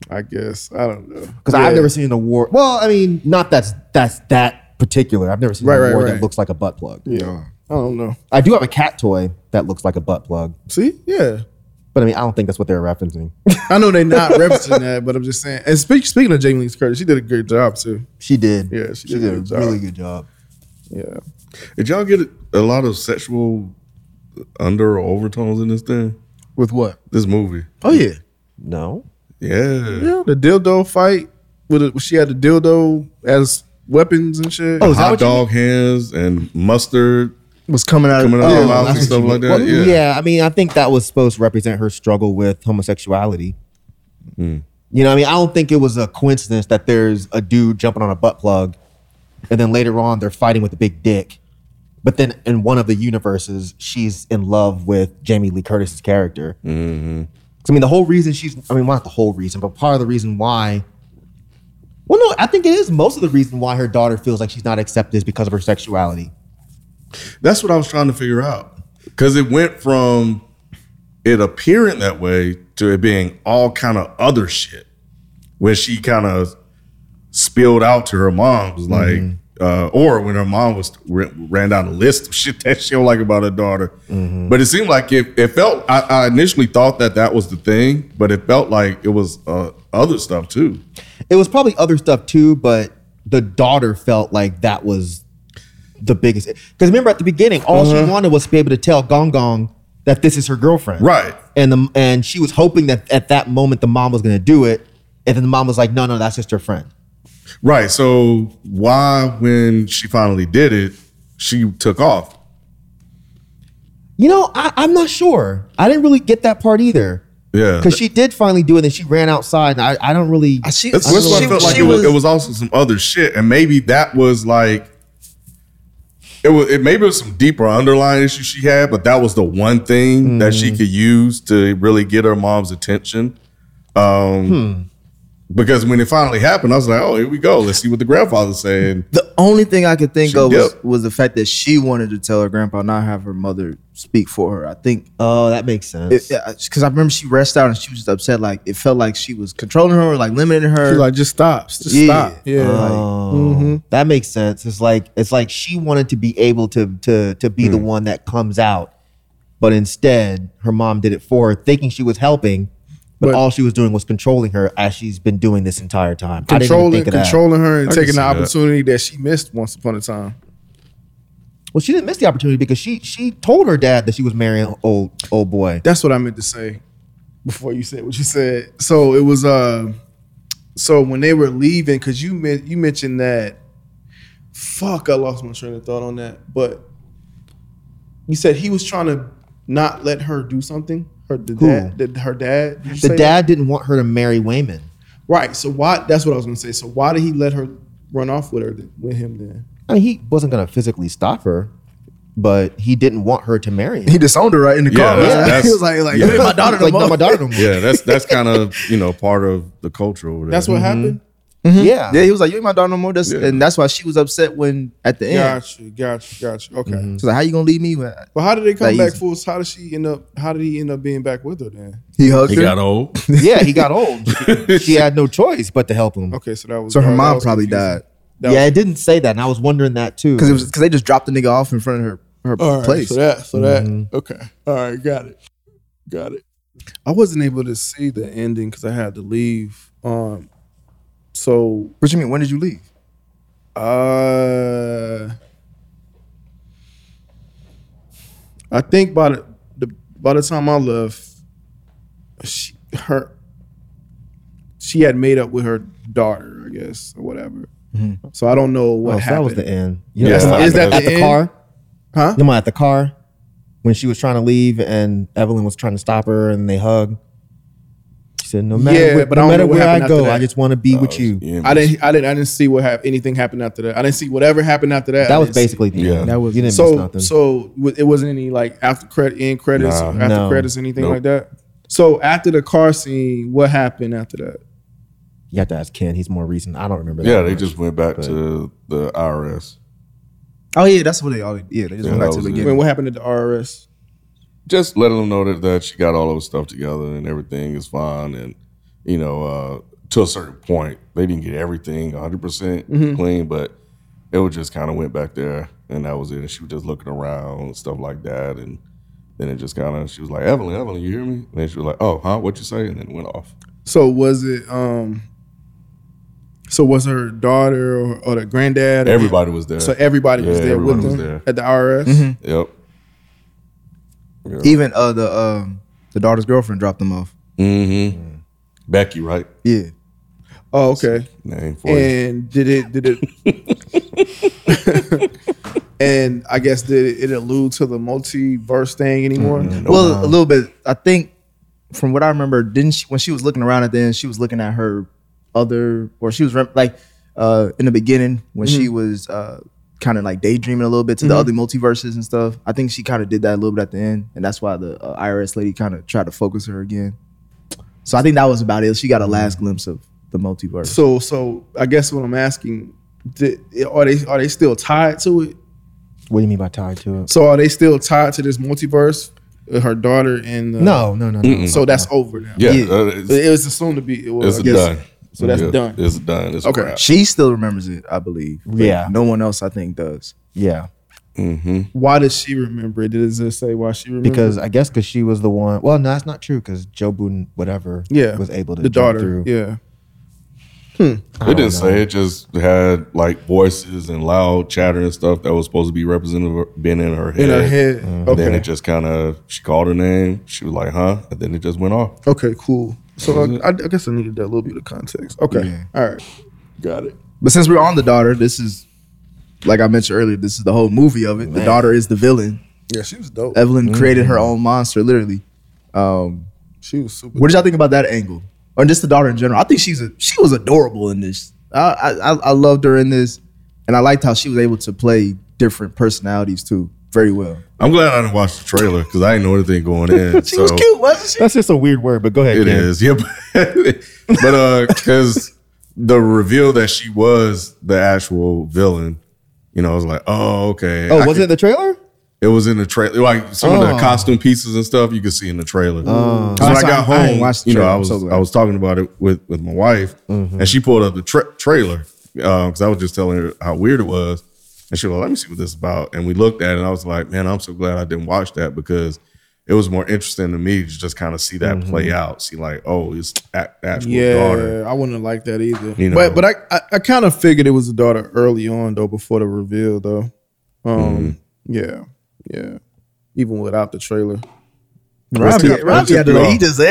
Speaker 4: I guess I don't know
Speaker 3: Because I've never seen an award. Well, I mean, not that's that's that particular. I've never seen
Speaker 4: Right,
Speaker 3: an
Speaker 4: right,
Speaker 3: award
Speaker 4: right.
Speaker 3: that looks like a butt plug.
Speaker 4: Yeah, I don't know.
Speaker 3: I do have a cat toy that looks like a butt plug,
Speaker 4: See, yeah,
Speaker 3: but I mean, I don't think that's what they're referencing.
Speaker 4: I know they're not referencing that, but I'm just saying. And speak, speaking of Jamie Lee Curtis, she did a great job too.
Speaker 3: she did.
Speaker 4: Yeah, she
Speaker 3: she
Speaker 4: did a
Speaker 3: did a
Speaker 4: good job.
Speaker 3: really good job.
Speaker 4: Yeah,
Speaker 1: Did y'all get a lot of sexual under or overtones in this thing?
Speaker 2: With what?
Speaker 1: This movie?
Speaker 2: Oh yeah.
Speaker 3: No.
Speaker 1: Yeah.
Speaker 4: yeah. The dildo fight with a, she had the dildo as weapons and shit.
Speaker 3: Oh, is that
Speaker 1: Hot
Speaker 3: what you
Speaker 1: dog hands and mustard
Speaker 2: Was coming out
Speaker 3: Oh,
Speaker 1: coming out of
Speaker 2: Yeah.
Speaker 1: their mouths and stuff like that.
Speaker 3: Well,
Speaker 1: yeah.
Speaker 3: yeah. I mean, I think that was supposed to represent her struggle with homosexuality. Hmm. You know, what I mean, I don't think it was a coincidence that there's a dude jumping on a butt plug, and then later on they're fighting with a big dick. But then in one of the universes, she's in love with Jamie Lee Curtis's character. Mm-hmm. I mean, the whole reason she's—I mean, well, not the whole reason, but part of the reason why. Well, no, I think it is most of the reason why her daughter feels like she's not accepted is because of her sexuality.
Speaker 1: That's what I was trying to figure out. Because it went from it appearing that way to it being all kind of other shit. When she kind of spilled out to her mom, was like, uh, or when her mom was ran down a list of shit that she don't like about her daughter.
Speaker 3: Mm-hmm.
Speaker 1: But it seemed like it, it felt, I, I initially thought that that was the thing, but it felt like it was uh, other stuff too.
Speaker 3: It was probably other stuff too, but the daughter felt like that was the biggest. Because remember at the beginning, all she wanted was to be able to tell Gong Gong that this is her girlfriend,
Speaker 1: Right.
Speaker 3: And the and she was hoping that at that moment the mom was going to do it, and then the mom was like, "No, no, that's just her friend."
Speaker 1: Right. So why, when she finally did it, she took off?
Speaker 3: You know, I, I'm not sure. I didn't really get that part either.
Speaker 1: Yeah.
Speaker 3: Because she did finally do it, and she ran outside, and I, I don't really.
Speaker 2: Uh, She,
Speaker 1: That's, that's
Speaker 2: she-
Speaker 1: what
Speaker 2: she-
Speaker 1: I felt like.
Speaker 2: she
Speaker 1: It was, it was also some other shit, and maybe that was like it was. It maybe it was some deeper underlying issue she had, but that was the one thing that she could use to really get her mom's attention. Um, Because when it finally happened, I was like, "Oh, here we go. Let's see what the grandfather's saying."
Speaker 2: the only thing I could think
Speaker 1: She
Speaker 2: of was,
Speaker 1: dipped.
Speaker 2: was the fact that she wanted to tell her grandpa, not have her mother speak for her. I think
Speaker 3: oh, that makes sense.
Speaker 2: because I remember she rests out and she was just upset. Like it felt like she was controlling her, or like limiting her.
Speaker 4: She's like, just stops, just
Speaker 2: Yeah.
Speaker 4: stop. Yeah,
Speaker 3: Oh, that makes sense. It's like it's like she wanted to be able to to to be the one that comes out, but instead her mom did it for her, thinking she was helping, but,
Speaker 4: But-
Speaker 3: all she was doing was controlling her as she's been doing this entire time. I didn't even
Speaker 4: controlling,
Speaker 3: think of that.
Speaker 4: controlling her, and
Speaker 1: I can
Speaker 4: taking
Speaker 1: see
Speaker 4: the
Speaker 1: that.
Speaker 4: opportunity that. she missed once upon a time.
Speaker 3: Well, she didn't miss the opportunity because she she told her dad that she was marrying old old boy.
Speaker 4: That's what I meant to say before you said what you said. So it was uh, so when they were leaving, because you men- you mentioned that. Fuck, I lost my train of thought on that. But you said he was trying to not let her do something. Her the
Speaker 3: Who?
Speaker 4: dad, the, her dad. did you
Speaker 3: The
Speaker 4: say
Speaker 3: dad
Speaker 4: that?
Speaker 3: didn't want her to marry Wayman.
Speaker 4: Right. So why? That's what I was gonna say. So why did he let her run off with her th- with him then?
Speaker 3: I mean, he wasn't going to physically stop her, but he didn't want her to marry him.
Speaker 2: he disowned her right in the
Speaker 1: Yeah,
Speaker 2: car.
Speaker 1: that's-
Speaker 2: right?
Speaker 1: that's-
Speaker 2: he was like, like
Speaker 1: yeah.
Speaker 2: "You ain't my daughter, no
Speaker 3: Like,
Speaker 2: more."
Speaker 3: not my daughter no more.
Speaker 1: Yeah, that's that's kind of you know part of the culture over there.
Speaker 4: That's
Speaker 3: Mm-hmm.
Speaker 4: what happened.
Speaker 3: Yeah.
Speaker 2: Mm-hmm. Yeah, he was like, "You ain't my daughter no more." That's,
Speaker 1: Yeah.
Speaker 2: And that's why she was upset when at the end.
Speaker 4: Gotcha, gotcha, gotcha. Okay.
Speaker 3: Mm-hmm.
Speaker 2: She's like, "How you gonna leave me?" When
Speaker 4: But how did they come
Speaker 2: That
Speaker 4: back
Speaker 2: easy.
Speaker 4: full? How did she end up? How did he end up being back with her then?
Speaker 2: he hugged
Speaker 1: He
Speaker 2: her.
Speaker 1: got old.
Speaker 3: yeah, he got old. She, she had no choice but to help him.
Speaker 4: Okay, so that was
Speaker 2: so her
Speaker 4: that
Speaker 2: mom
Speaker 4: was
Speaker 2: probably
Speaker 4: confusing.
Speaker 2: died
Speaker 4: That
Speaker 3: yeah, it didn't say that, and I was wondering that too.
Speaker 2: because it was because they just dropped the nigga off in front of her her
Speaker 4: All right,
Speaker 2: place.
Speaker 4: So that, so that,
Speaker 3: Mm-hmm.
Speaker 4: okay. All right, got it, got it. I wasn't able to see the ending because I had to leave. Um, so
Speaker 2: what you mean? When did you leave?
Speaker 4: uh, I think by the, the by the time I left, she her she had made up with her daughter, I guess, or whatever. So I don't know
Speaker 3: Mm-hmm. Oh, so
Speaker 4: what
Speaker 3: that
Speaker 4: happened.
Speaker 3: was the end. You
Speaker 4: Yeah.
Speaker 3: know,
Speaker 4: Is
Speaker 3: is
Speaker 4: that
Speaker 3: that at
Speaker 4: the
Speaker 3: the
Speaker 4: end?
Speaker 3: car?
Speaker 4: Huh?
Speaker 3: Am I at the car when she was trying to leave and Evelyn was trying to stop her and they hug? She said, "No matter,
Speaker 4: Yeah,
Speaker 3: where,
Speaker 4: but I
Speaker 3: no
Speaker 4: don't
Speaker 3: matter
Speaker 4: know what
Speaker 3: where
Speaker 4: happened
Speaker 3: I
Speaker 4: after
Speaker 3: go,
Speaker 4: that.
Speaker 3: I just want to be with you."
Speaker 1: Yeah,
Speaker 4: I didn't. I didn't. I didn't see what hap- anything happened after that. I didn't see whatever happened after that. I
Speaker 3: That was
Speaker 4: didn't see.
Speaker 3: basically the
Speaker 1: Yeah.
Speaker 3: end.
Speaker 1: That
Speaker 3: was you didn't miss
Speaker 4: so.
Speaker 3: nothing.
Speaker 4: So wa- it wasn't any like after credit, end credits,
Speaker 1: Nah.
Speaker 4: or after
Speaker 3: No.
Speaker 4: credits, anything
Speaker 1: Nope.
Speaker 4: like that. So after the car scene, what happened after that?
Speaker 3: you have to ask Ken. He's more recent. I don't remember.
Speaker 1: yeah,
Speaker 3: that
Speaker 1: they
Speaker 3: much.
Speaker 1: just went back to the IRS.
Speaker 2: Oh yeah, that's what they all yeah they just
Speaker 1: Yeah,
Speaker 2: went back
Speaker 1: that was
Speaker 2: to
Speaker 1: it.
Speaker 2: the
Speaker 4: I
Speaker 2: beginning.
Speaker 4: mean, what happened at the RRS?
Speaker 1: Just letting them know that, that she got all of her stuff together and everything is fine. And, you know, uh, to a certain point, they didn't get everything 100% percent
Speaker 4: Mm-hmm.
Speaker 1: clean, but it was just kind of went back there and that was it. And she was just looking around and stuff like that. And then it just kind of, she was like, Evelyn, Evelyn, you hear me? And then she was like, oh, huh? What you say? And then it went off.
Speaker 4: So was it? um So was her daughter or, or the granddad? or-
Speaker 1: Everybody was there.
Speaker 4: So everybody was
Speaker 1: Yeah,
Speaker 4: there with
Speaker 1: everyone was
Speaker 4: them
Speaker 1: there.
Speaker 4: at the RRS.
Speaker 3: Mm-hmm.
Speaker 1: yep.
Speaker 2: Even uh the um the daughter's girlfriend dropped them off.
Speaker 1: Mm-hmm.
Speaker 4: Mm.
Speaker 1: Becky, right?
Speaker 2: Yeah.
Speaker 4: Oh, okay.
Speaker 1: Name for you.
Speaker 4: And did it? Did it? and I guess did it, it allude to the multiverse thing anymore?
Speaker 3: Mm-hmm.
Speaker 1: Oh,
Speaker 2: well, a little bit. I think from what I remember, didn't she when she was looking around at the end, she was looking at her other or she was rem- like uh in the beginning when she was uh kind of like daydreaming a little bit to the other multiverses and stuff. I think she kind of did that a little bit at the end, and that's why the uh, IRS lady kind of tried to focus her again. So I think that was about it. She got a last glimpse of the multiverse.
Speaker 4: So, so I guess what I'm asking, did, are they are they still tied to it?
Speaker 3: What do you mean by tied to it?
Speaker 4: So are they still tied to this multiverse? Uh, Her daughter and uh,
Speaker 3: No, no, no, no.
Speaker 4: So that's over now.
Speaker 1: Yeah,
Speaker 2: Yeah.
Speaker 1: uh, it's,
Speaker 4: It was assumed to be. It was,
Speaker 1: it's
Speaker 4: Eh, I guess.
Speaker 1: done.
Speaker 4: So that's
Speaker 1: Yeah,
Speaker 4: done.
Speaker 1: It's done. It's
Speaker 4: Okay.
Speaker 1: okay.
Speaker 2: She still remembers it, I believe. but
Speaker 3: Yeah.
Speaker 2: No one else I think does.
Speaker 3: Yeah,
Speaker 1: Mm-hmm.
Speaker 4: Why does she remember it? Does it say why she remembers?
Speaker 3: because I guess because she was the one. Well, no, that's not true. Because Joe Budden, whatever,
Speaker 4: yeah,
Speaker 3: was able to
Speaker 4: the
Speaker 3: jump
Speaker 4: daughter.
Speaker 3: through.
Speaker 4: Yeah.
Speaker 1: It didn't say. It just had like voices and loud chatter and stuff that was supposed to be representative of being in her head.
Speaker 4: In her head.
Speaker 1: And Mm-hmm. then
Speaker 4: Okay.
Speaker 1: it just kind of she called her name. She was like, "Huh?" And then it just went off.
Speaker 4: okay. Cool. So I, I, I guess I needed that little bit of context. Okay. All right. Got it.
Speaker 2: But since we're on the daughter, this is like I mentioned earlier, this is the whole movie of it. The daughter is the villain.
Speaker 4: Yeah, she was dope.
Speaker 2: Evelyn created her own monster, literally. Um,
Speaker 4: She was super.
Speaker 2: what did y'all think about that angle, or just the daughter in general? I think she's a she was adorable in this. I I, I I loved her in this, and I liked how she was able to play different personalities too very well.
Speaker 1: I'm glad I didn't watch the trailer because I didn't know anything going in.
Speaker 2: She was cute, wasn't she?
Speaker 3: That's just a weird word, but go ahead.
Speaker 1: It
Speaker 3: Ken.
Speaker 1: is, yep. but uh, because the reveal that she was the actual villain, you know, I was like, oh, okay.
Speaker 3: Oh,
Speaker 1: I
Speaker 3: was
Speaker 1: could-
Speaker 3: it the trailer?
Speaker 1: It was in the trailer. Like some of
Speaker 3: Oh.
Speaker 1: the costume pieces and stuff you could see in the trailer. So
Speaker 2: Oh,
Speaker 1: when I
Speaker 2: that's
Speaker 1: got
Speaker 2: why I- I ain't
Speaker 1: home,
Speaker 2: watched the
Speaker 1: you know,
Speaker 2: trailer.
Speaker 1: I
Speaker 2: I'm
Speaker 1: was
Speaker 2: so glad.
Speaker 1: I was talking about it with with my wife, and she pulled up the tra- trailer because I was just telling her how weird it was, and she was like, "Let me see what this is about." And we looked at it, and I was like, "Man, I'm so glad I didn't watch that because." It was more interesting to me to just kind of see that
Speaker 2: Mm-hmm.
Speaker 1: play out. See, like, oh, it's a- actual
Speaker 4: Yeah,
Speaker 1: daughter.
Speaker 4: I wouldn't have liked that either.
Speaker 1: You know.
Speaker 4: But but I I, I kind of figured it was a daughter early on though, before the reveal though. Um, yeah, yeah. Even without the trailer,
Speaker 1: Robbie- Robbie had to- he
Speaker 2: just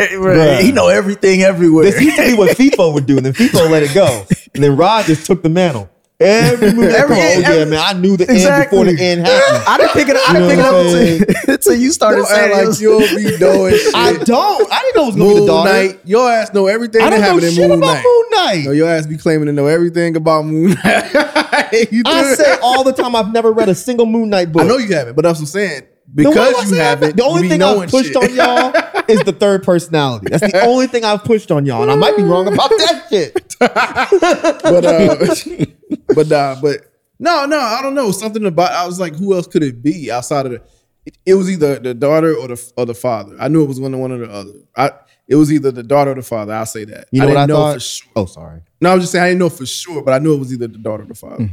Speaker 2: he know everything everywhere.
Speaker 3: This used to be what FIFO would do, and then FIFO let it go. And then Rod just took the mantle. Every movie,
Speaker 2: Every-
Speaker 3: every, oh, yeah,
Speaker 2: every-
Speaker 3: man, I knew the
Speaker 2: Exactly.
Speaker 3: end before the end happened.
Speaker 2: I didn't pick it. I didn't pick it up until, until you started
Speaker 4: Don't
Speaker 2: saying
Speaker 4: act
Speaker 2: it
Speaker 4: like
Speaker 2: was-
Speaker 4: you'll be knowing shit.
Speaker 3: I don't. I didn't know it was going to be the
Speaker 4: Moon
Speaker 3: daughter.
Speaker 4: Knight, your ass know everything
Speaker 3: I
Speaker 4: that
Speaker 3: didn't know
Speaker 4: happened
Speaker 3: shit
Speaker 4: in Moon
Speaker 3: about
Speaker 4: Knight.
Speaker 3: Moon Knight.
Speaker 4: No, your ass be claiming to know everything about Moon Knight. You
Speaker 3: I
Speaker 4: do-
Speaker 3: say all the time I've never read a single Moon Knight book.
Speaker 4: I know you haven't, but that's what I'm saying.
Speaker 3: Then why do I
Speaker 4: Because you
Speaker 3: say I'm
Speaker 4: haven't,
Speaker 3: not- The only
Speaker 4: you be
Speaker 3: thing
Speaker 4: knowing
Speaker 3: I've pushed
Speaker 4: shit.
Speaker 3: on y'all is the third personality. That's the only thing I've pushed on y'all, and I might be wrong about that shit.
Speaker 4: but uh, but uh, but no, no, I don't know. Something about I was like, who else could it be outside of the? It, it was either the daughter or the or the father. I knew it was one or one or the other. I it was either the daughter or the father. I'll say that.
Speaker 3: You know
Speaker 4: I
Speaker 3: what I
Speaker 4: didn't know
Speaker 3: thought?
Speaker 4: for sure.
Speaker 3: Oh, sorry.
Speaker 4: No, I was just
Speaker 3: Mm-hmm.
Speaker 4: saying I didn't know for sure, but I knew it was either the daughter or the father.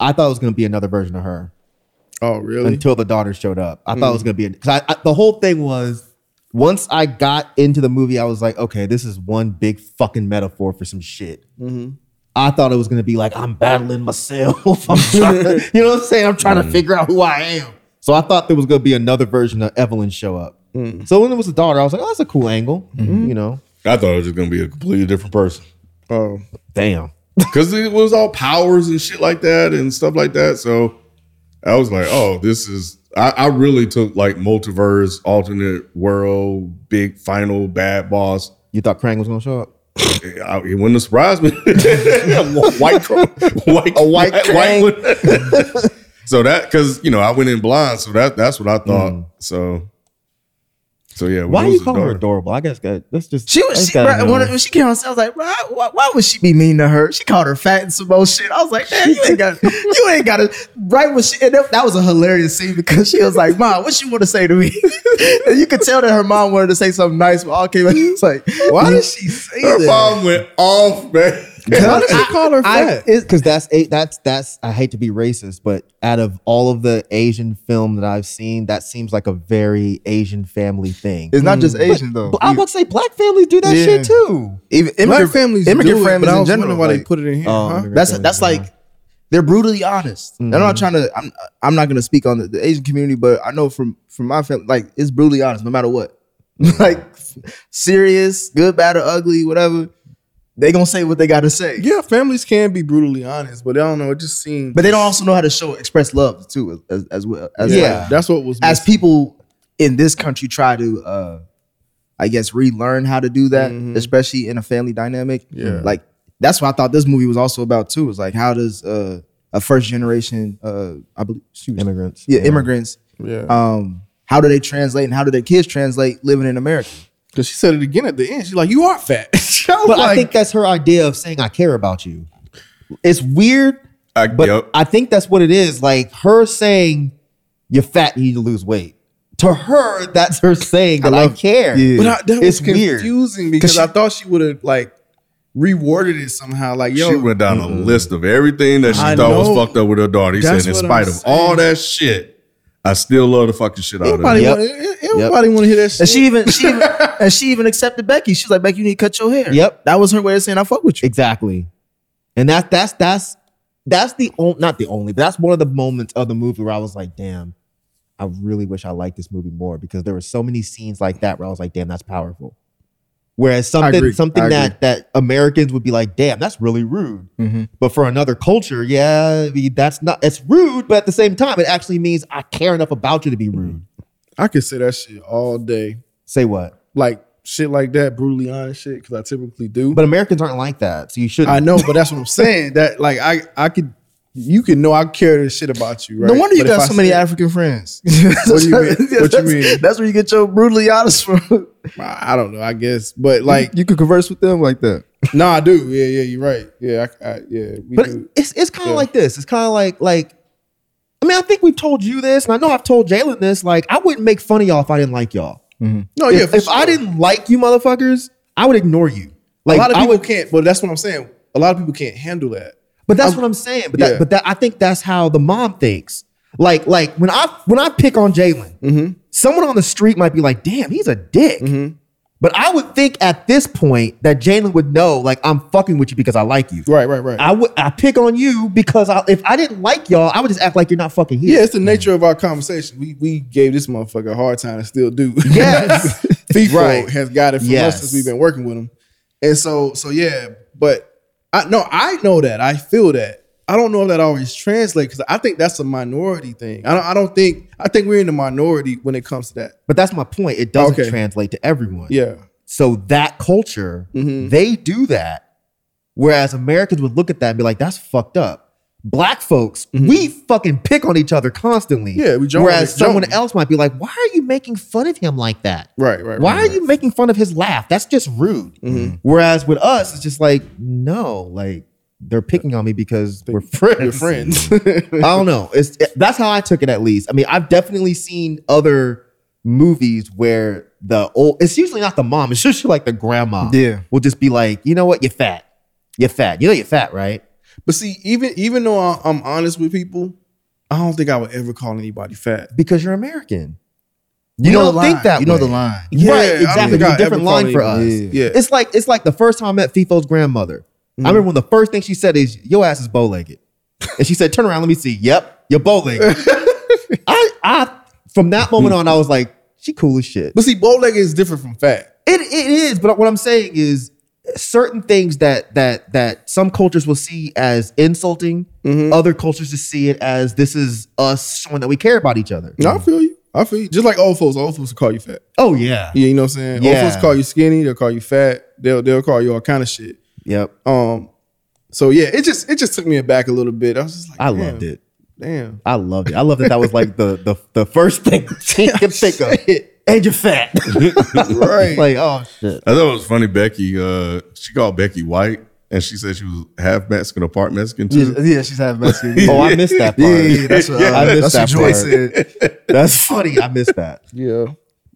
Speaker 3: I thought it was going to be another version of her.
Speaker 4: Oh, really?
Speaker 3: until the daughter showed up. I thought it was gonna be because I, I, the whole thing was once I got into the movie, I was like, okay, this is one big fucking metaphor for some shit. I thought it was gonna be like I'm battling myself. I'm trying to, you know what I'm saying? I'm trying to figure out who I am. So I thought there was gonna be another version of Evelyn show up. So when it was the daughter, I was like, oh, that's a cool angle. You know,
Speaker 1: I thought it was just gonna be a completely different person
Speaker 4: oh,
Speaker 3: damn.
Speaker 1: because it was all powers and shit like that and stuff like that. So I was like, oh, this is. I, I really took like multiverse, alternate world, big final bad boss.
Speaker 3: You thought Krang was gonna show up?
Speaker 1: I, it wouldn't surprise me. white, cro- white, a
Speaker 3: white Krang.
Speaker 1: one. so that because you know I went in blind, so that that's what I thought. So, so yeah.
Speaker 3: Mm. Why
Speaker 1: when it
Speaker 3: are
Speaker 1: was
Speaker 3: you
Speaker 1: the
Speaker 3: calling her
Speaker 1: daughter-
Speaker 3: adorable? I guess that, that's just
Speaker 2: She
Speaker 3: that's
Speaker 2: was she,
Speaker 3: gotta
Speaker 2: bruh,
Speaker 3: be
Speaker 2: when,
Speaker 3: on-
Speaker 2: when she came on, set, I was like, "Bruh, why, why would she be mean to her? She called her fat and some old shit. I was like, man, you ain't got, you ain't got to. Right when she, and that, that was a hilarious scene because she was like, "Mom, what you want to say to me?" and you could tell that her mom wanted to say something nice, but all came. It's like, why did she say
Speaker 1: Her
Speaker 2: that?
Speaker 1: mom went off, man.
Speaker 4: why did you call her fat?
Speaker 3: because that's eight. That's that's. I hate to be racist, but out of all of the Asian film that I've seen, that seems like a very Asian family thing.
Speaker 2: It's not just Asian though.
Speaker 3: But I'm about to say black families do that
Speaker 2: Yeah.
Speaker 3: shit too.
Speaker 2: Even
Speaker 4: Black families,
Speaker 2: immigrant
Speaker 4: do it, but
Speaker 2: families
Speaker 4: I
Speaker 2: in
Speaker 4: was
Speaker 2: general.
Speaker 4: wondering why they
Speaker 2: like-
Speaker 4: put it in here.
Speaker 3: Oh,
Speaker 4: huh?
Speaker 3: immigrant.
Speaker 2: That's that's like they're brutally honest. And I'm
Speaker 4: Mm-hmm.
Speaker 2: not trying to. I'm I'm not going to speak on the, the Asian community, but I know from from my family, like it's brutally honest, no matter what.
Speaker 4: Mm-hmm.
Speaker 2: like serious, good, bad, or ugly, whatever. They gonna say what they got to say,
Speaker 4: Yeah, families can be brutally honest, but I don't know. It just seems.
Speaker 2: but they don't also know how to show express love too, as as well. As
Speaker 4: yeah,
Speaker 2: like,
Speaker 4: that's what was.
Speaker 2: as people in this country try to uh i guess relearn how to do that especially in a family dynamic
Speaker 4: Mm-hmm. Yeah.
Speaker 2: like that's what i thought this movie was also about too is like how does uh a first generation uh i believe excuse me,
Speaker 3: Immigrants.
Speaker 2: yeah, immigrants
Speaker 4: yeah,
Speaker 2: um how do they translate and how do their kids translate living in america
Speaker 4: because she said it again at the end. She's like, "You are fat." I was
Speaker 3: But I
Speaker 4: like,
Speaker 3: think that's her idea of saying I care about you. It's weird,
Speaker 1: I,
Speaker 3: but
Speaker 1: yep.
Speaker 3: I think that's what it is. Like her saying, "You're fat. You need to lose weight." To her, that's her saying that I,
Speaker 2: love-
Speaker 3: care.
Speaker 2: Yeah.
Speaker 4: but I, that was
Speaker 3: It's weird.
Speaker 4: confusing because
Speaker 2: she-
Speaker 4: I thought she would have like rewarded it somehow. Like, yo,
Speaker 1: she went down a list of everything that she
Speaker 4: I
Speaker 1: thought was
Speaker 4: know.
Speaker 1: fucked up with her daughter. He
Speaker 4: That's
Speaker 1: said, in
Speaker 4: what
Speaker 1: spite
Speaker 4: I'm
Speaker 1: of all
Speaker 4: saying.
Speaker 1: that shit, I still love the fucking shit out of
Speaker 4: everybody,
Speaker 1: her.
Speaker 3: Yep.
Speaker 4: wanna, everybody want to hear that shit.
Speaker 2: and she even she even, and she even accepted becky she's like becky you need to cut your hair
Speaker 3: Yep.
Speaker 2: that was her way of saying i fuck with you
Speaker 3: Exactly. And that's that's that's that's the only not the only, but that's one of the moments of the movie where I was like, damn, I really wish I liked this movie more because there were so many scenes like that where I was like, damn, that's powerful. Whereas something
Speaker 2: agree. I
Speaker 3: something
Speaker 2: agree.
Speaker 3: that that Americans would be like, damn, that's really rude.
Speaker 2: Mm-hmm.
Speaker 3: But for another culture, yeah, I mean, that's not it's rude, but at the same time, it actually means I care enough about you to
Speaker 2: Mm-hmm.
Speaker 3: be rude.
Speaker 4: I could say that shit all day,
Speaker 3: Say what?
Speaker 4: like shit like that, brutally honest shit, because I typically do.
Speaker 3: But Americans aren't like that, so you shouldn't.
Speaker 4: I know, but that's what I'm saying. That like I I could you could know I care this shit about you. Right?
Speaker 2: no wonder you
Speaker 4: But if
Speaker 2: got
Speaker 4: I
Speaker 2: so many
Speaker 4: said-
Speaker 2: African friends.
Speaker 4: What do you mean? What you
Speaker 2: that's,
Speaker 4: mean?
Speaker 2: That's where you get your brutally honest from.
Speaker 4: I I don't know. I guess, but like
Speaker 2: you could converse with them like that.
Speaker 4: No, I do. Yeah, yeah, you're right. Yeah, I, I, yeah. We
Speaker 3: But
Speaker 4: do.
Speaker 3: it's it's kind of
Speaker 4: Yeah.
Speaker 3: like this. It's kind of like like. I mean, I think we've told you this, and I know I've told Jalen this. Like, I wouldn't make fun of y'all if I didn't like y'all.
Speaker 4: no,
Speaker 3: If,
Speaker 4: Oh, yeah. for
Speaker 3: if I
Speaker 4: sure.
Speaker 3: didn't like you, motherfuckers, I would ignore you. Like,
Speaker 4: a lot of
Speaker 3: I
Speaker 4: people
Speaker 3: would-
Speaker 4: can't. But that's what I'm saying. A lot of people can't handle that.
Speaker 3: but that's what I'm saying. But
Speaker 4: Yeah.
Speaker 3: that, but that, I think that's how the mom thinks. Like, like when I when I pick on Jalen,
Speaker 4: Mm-hmm.
Speaker 3: someone on the street might be like, "Damn, he's a dick." But I would think at this point that Jalen would know, like, I'm fucking with you because I like you.
Speaker 4: Right, right, right.
Speaker 3: I would I pick on you because I, if I didn't like y'all, I would just act like you're not fucking here.
Speaker 4: yeah, it's the nature of our conversation. We we gave this motherfucker a hard time and still do.
Speaker 3: Yes.
Speaker 4: FIFO
Speaker 3: Right.
Speaker 4: has got it from
Speaker 3: Yes.
Speaker 4: us since we've been working with him, and so so yeah. But I no, I know that. I feel that. I don't know if that always translates because I think that's a minority thing. I don't. I don't think. I think we're in the minority when it comes to that.
Speaker 3: But that's my point. It doesn't
Speaker 4: Okay.
Speaker 3: translate to everyone.
Speaker 4: Yeah. Mm-hmm.
Speaker 3: So that culture, they do that. Whereas Americans would look at that and be like, that's fucked up. Black folks, we fucking pick on each other constantly.
Speaker 4: Mm-hmm. Yeah, we joke
Speaker 3: Whereas
Speaker 4: on it, joke.
Speaker 3: someone else might be like, why are you making fun of him like that?
Speaker 4: Right. Right.
Speaker 3: Why
Speaker 4: right, Mm-hmm.
Speaker 3: are you making fun of his laugh? That's just rude. Mm-hmm. Whereas with us, it's just like, no, like they're picking on me because we're friends.
Speaker 4: Your friends.
Speaker 3: I don't know. It's it- that's how I took it at least. I mean, I've definitely seen other movies where the old it's usually not the mom, it's usually like the grandma.
Speaker 2: Yeah.
Speaker 3: Will just be like, you know what, you're fat. You're fat. You know you're fat, right?
Speaker 4: But see, even even though I, I'm honest with people, I don't think I would ever call anybody fat.
Speaker 3: because you're American.
Speaker 2: You
Speaker 3: You
Speaker 2: know
Speaker 3: don't
Speaker 2: the
Speaker 3: think
Speaker 2: line.
Speaker 3: that
Speaker 2: You know
Speaker 3: way.
Speaker 2: the line.
Speaker 4: Yeah, I
Speaker 3: right,
Speaker 4: don't
Speaker 3: exactly.
Speaker 4: think
Speaker 3: It's
Speaker 4: I
Speaker 3: a different
Speaker 4: ever
Speaker 3: line for
Speaker 4: call
Speaker 3: us.
Speaker 4: anybody- Yeah.
Speaker 3: It's like it's like the first time I met FIFO's grandmother. I remember when the first thing she said is, "Your ass is bow legged," and she said, "Turn around, let me see." Yep, you're bow legged. I, I, from that moment on, I was like, "She cool as shit."
Speaker 4: But see, bow legged is different from fat.
Speaker 3: It it is, but what I'm saying is certain things that that that some cultures will see as insulting, other cultures to see it as this is us showing that we care about each other.
Speaker 4: No, I feel you. I feel you. Just like old folks, old folks will call you fat.
Speaker 3: Oh yeah.
Speaker 4: Yeah, you know what I'm saying?
Speaker 3: Yeah.
Speaker 4: Old folks call you skinny, they'll call you fat, they'll they'll call you all kind of shit.
Speaker 3: Yep.
Speaker 4: Um, so yeah, it just it just took me aback a little bit. I was just like,
Speaker 3: I
Speaker 4: damn,
Speaker 3: loved it.
Speaker 4: Damn.
Speaker 3: I loved it. I loved that that was like the the the first thing she
Speaker 2: Oh,
Speaker 3: could think of. And you're fat.
Speaker 4: Right.
Speaker 3: like, oh shit.
Speaker 1: I thought it was funny. Becky, uh, she called Becky white, and she said she was half Mexican or part Mexican too.
Speaker 2: Yeah, she's having Mexican.
Speaker 3: Oh, I missed that part.
Speaker 2: Yeah, yeah, that's what, uh,
Speaker 3: I missed
Speaker 2: that's
Speaker 3: that
Speaker 2: what Joy
Speaker 3: part.
Speaker 2: said.
Speaker 3: That's funny. I missed that.
Speaker 4: yeah.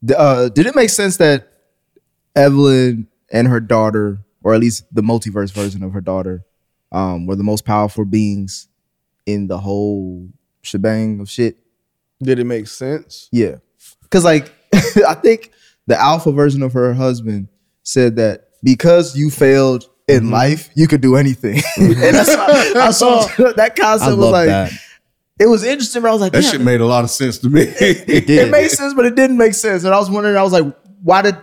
Speaker 2: D- Uh, did it make sense that Evelyn and her daughter, or at least the multiverse version of her daughter, um, were the most powerful beings in the whole shebang of shit?
Speaker 4: Did it make sense?
Speaker 2: Yeah. Cause like I think the alpha version of her husband said that because you failed in life, you could do anything. and that's I saw that
Speaker 3: I
Speaker 2: concept was
Speaker 3: love
Speaker 2: like
Speaker 3: that.
Speaker 2: it was interesting, but I was like,
Speaker 1: That
Speaker 2: damn,
Speaker 1: shit made a lot of sense to me.
Speaker 2: it made sense, but it didn't make sense. And I was wondering, I was like, why did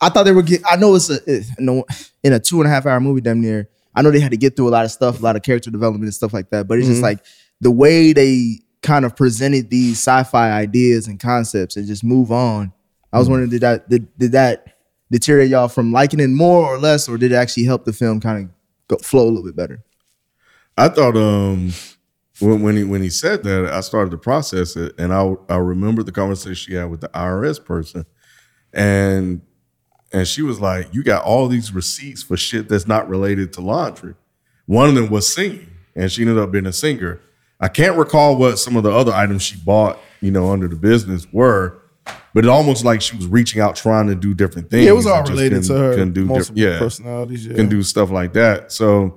Speaker 2: I thought they were get I know it's a it- no in a two and a half hour movie damn near. I know they had to get through a lot of stuff, a lot of character development and stuff like that. But it's
Speaker 3: Mm-hmm.
Speaker 2: just like the way they kind of presented these sci-fi ideas and concepts and just move on. I
Speaker 3: Mm-hmm.
Speaker 2: was wondering did that did, did that deteriorate y'all from liking it more or less, or did it actually help the film kind of go, flow a little bit better?
Speaker 1: I thought um when when he when he said that, I started to process it, and I I remembered the conversation she had with the IRS person, and and she was like, "You got all these receipts for shit that's not related to laundry." One of them was singing, and she ended up being a singer. I can't recall what some of the other items she bought, you know, under the business were, but it almost like she was reaching out trying to do different things.
Speaker 4: Yeah, it was all
Speaker 1: and just
Speaker 4: related to
Speaker 1: couldn't-
Speaker 4: her
Speaker 1: couldn't do
Speaker 4: multiple
Speaker 1: different, yeah,
Speaker 4: personalities. Yeah.
Speaker 1: can do stuff like that. So,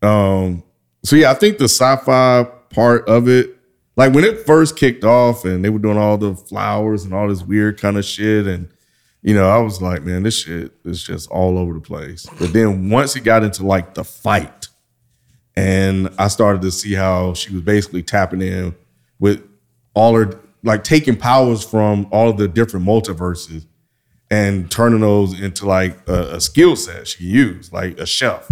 Speaker 1: um, so yeah, I think the sci-fi part of it, like when it first kicked off and they were doing all the flowers and all this weird kind of shit, and you know, I was like, man, this shit is just all over the place. But then once it got into like the fight, and I started to see how she was basically tapping in with all her like taking powers from all of the different multiverses and turning those into like a, a skill set she can use, like a chef,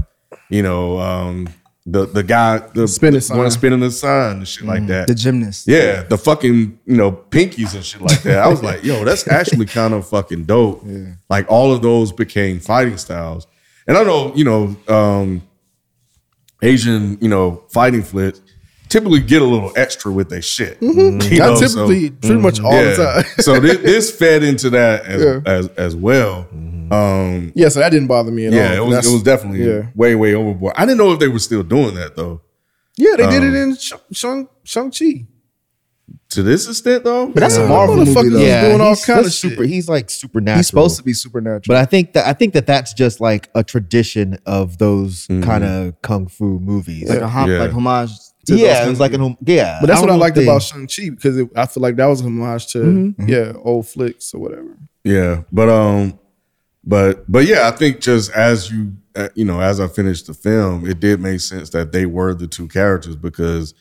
Speaker 1: you know, um, the the guy the
Speaker 4: Spinning
Speaker 1: the one
Speaker 4: sign. Mm.
Speaker 1: spinning the sign and shit like that.
Speaker 2: The gymnast.
Speaker 1: Yeah, the fucking you know pinkies and shit like that. I was like, yo, that's actually kind of fucking dope. Like all of those became fighting styles, and I know you know um, Asian you know fighting flips typically get a little extra with their shit. You
Speaker 4: I
Speaker 1: know, so-
Speaker 4: Mm-hmm.
Speaker 1: mm-hmm.
Speaker 4: typically pretty much all
Speaker 1: yeah.
Speaker 4: the time.
Speaker 1: so thi- this fed into that as
Speaker 4: Yeah.
Speaker 1: as, as well. Um,
Speaker 4: yeah, so that didn't bother me at all.
Speaker 1: yeah, it was,
Speaker 4: Um, That's-
Speaker 1: it was definitely
Speaker 4: yeah.
Speaker 1: way way overboard. I didn't know if they were still doing that though.
Speaker 4: Yeah, they did it
Speaker 1: um,
Speaker 4: in Shang Shang Chi.
Speaker 1: To this extent though,
Speaker 4: But that's a
Speaker 1: Yeah.
Speaker 4: Marvel movie.
Speaker 2: Motherfuckers
Speaker 4: though.
Speaker 2: Yeah,
Speaker 4: doing all
Speaker 3: he's-
Speaker 4: kind of
Speaker 3: he's
Speaker 4: shit.
Speaker 3: super. He's like supernatural.
Speaker 2: He's supposed to be supernatural.
Speaker 3: But I think that I think that that's just like a tradition of those kind of kung fu movies.
Speaker 2: like a hom-
Speaker 1: Yeah.
Speaker 2: like homage to
Speaker 3: yeah,
Speaker 2: those
Speaker 3: it was like an hom- yeah.
Speaker 4: But that's what I
Speaker 3: don't know
Speaker 4: liked
Speaker 3: if they-
Speaker 4: about Shang Chi because it, I feel like that was a homage to
Speaker 1: Mm-hmm.
Speaker 4: yeah old flicks or whatever.
Speaker 1: Yeah, but um, but but yeah, I think just as you uh, you know, as I finished the film, it did make sense that they were the two characters because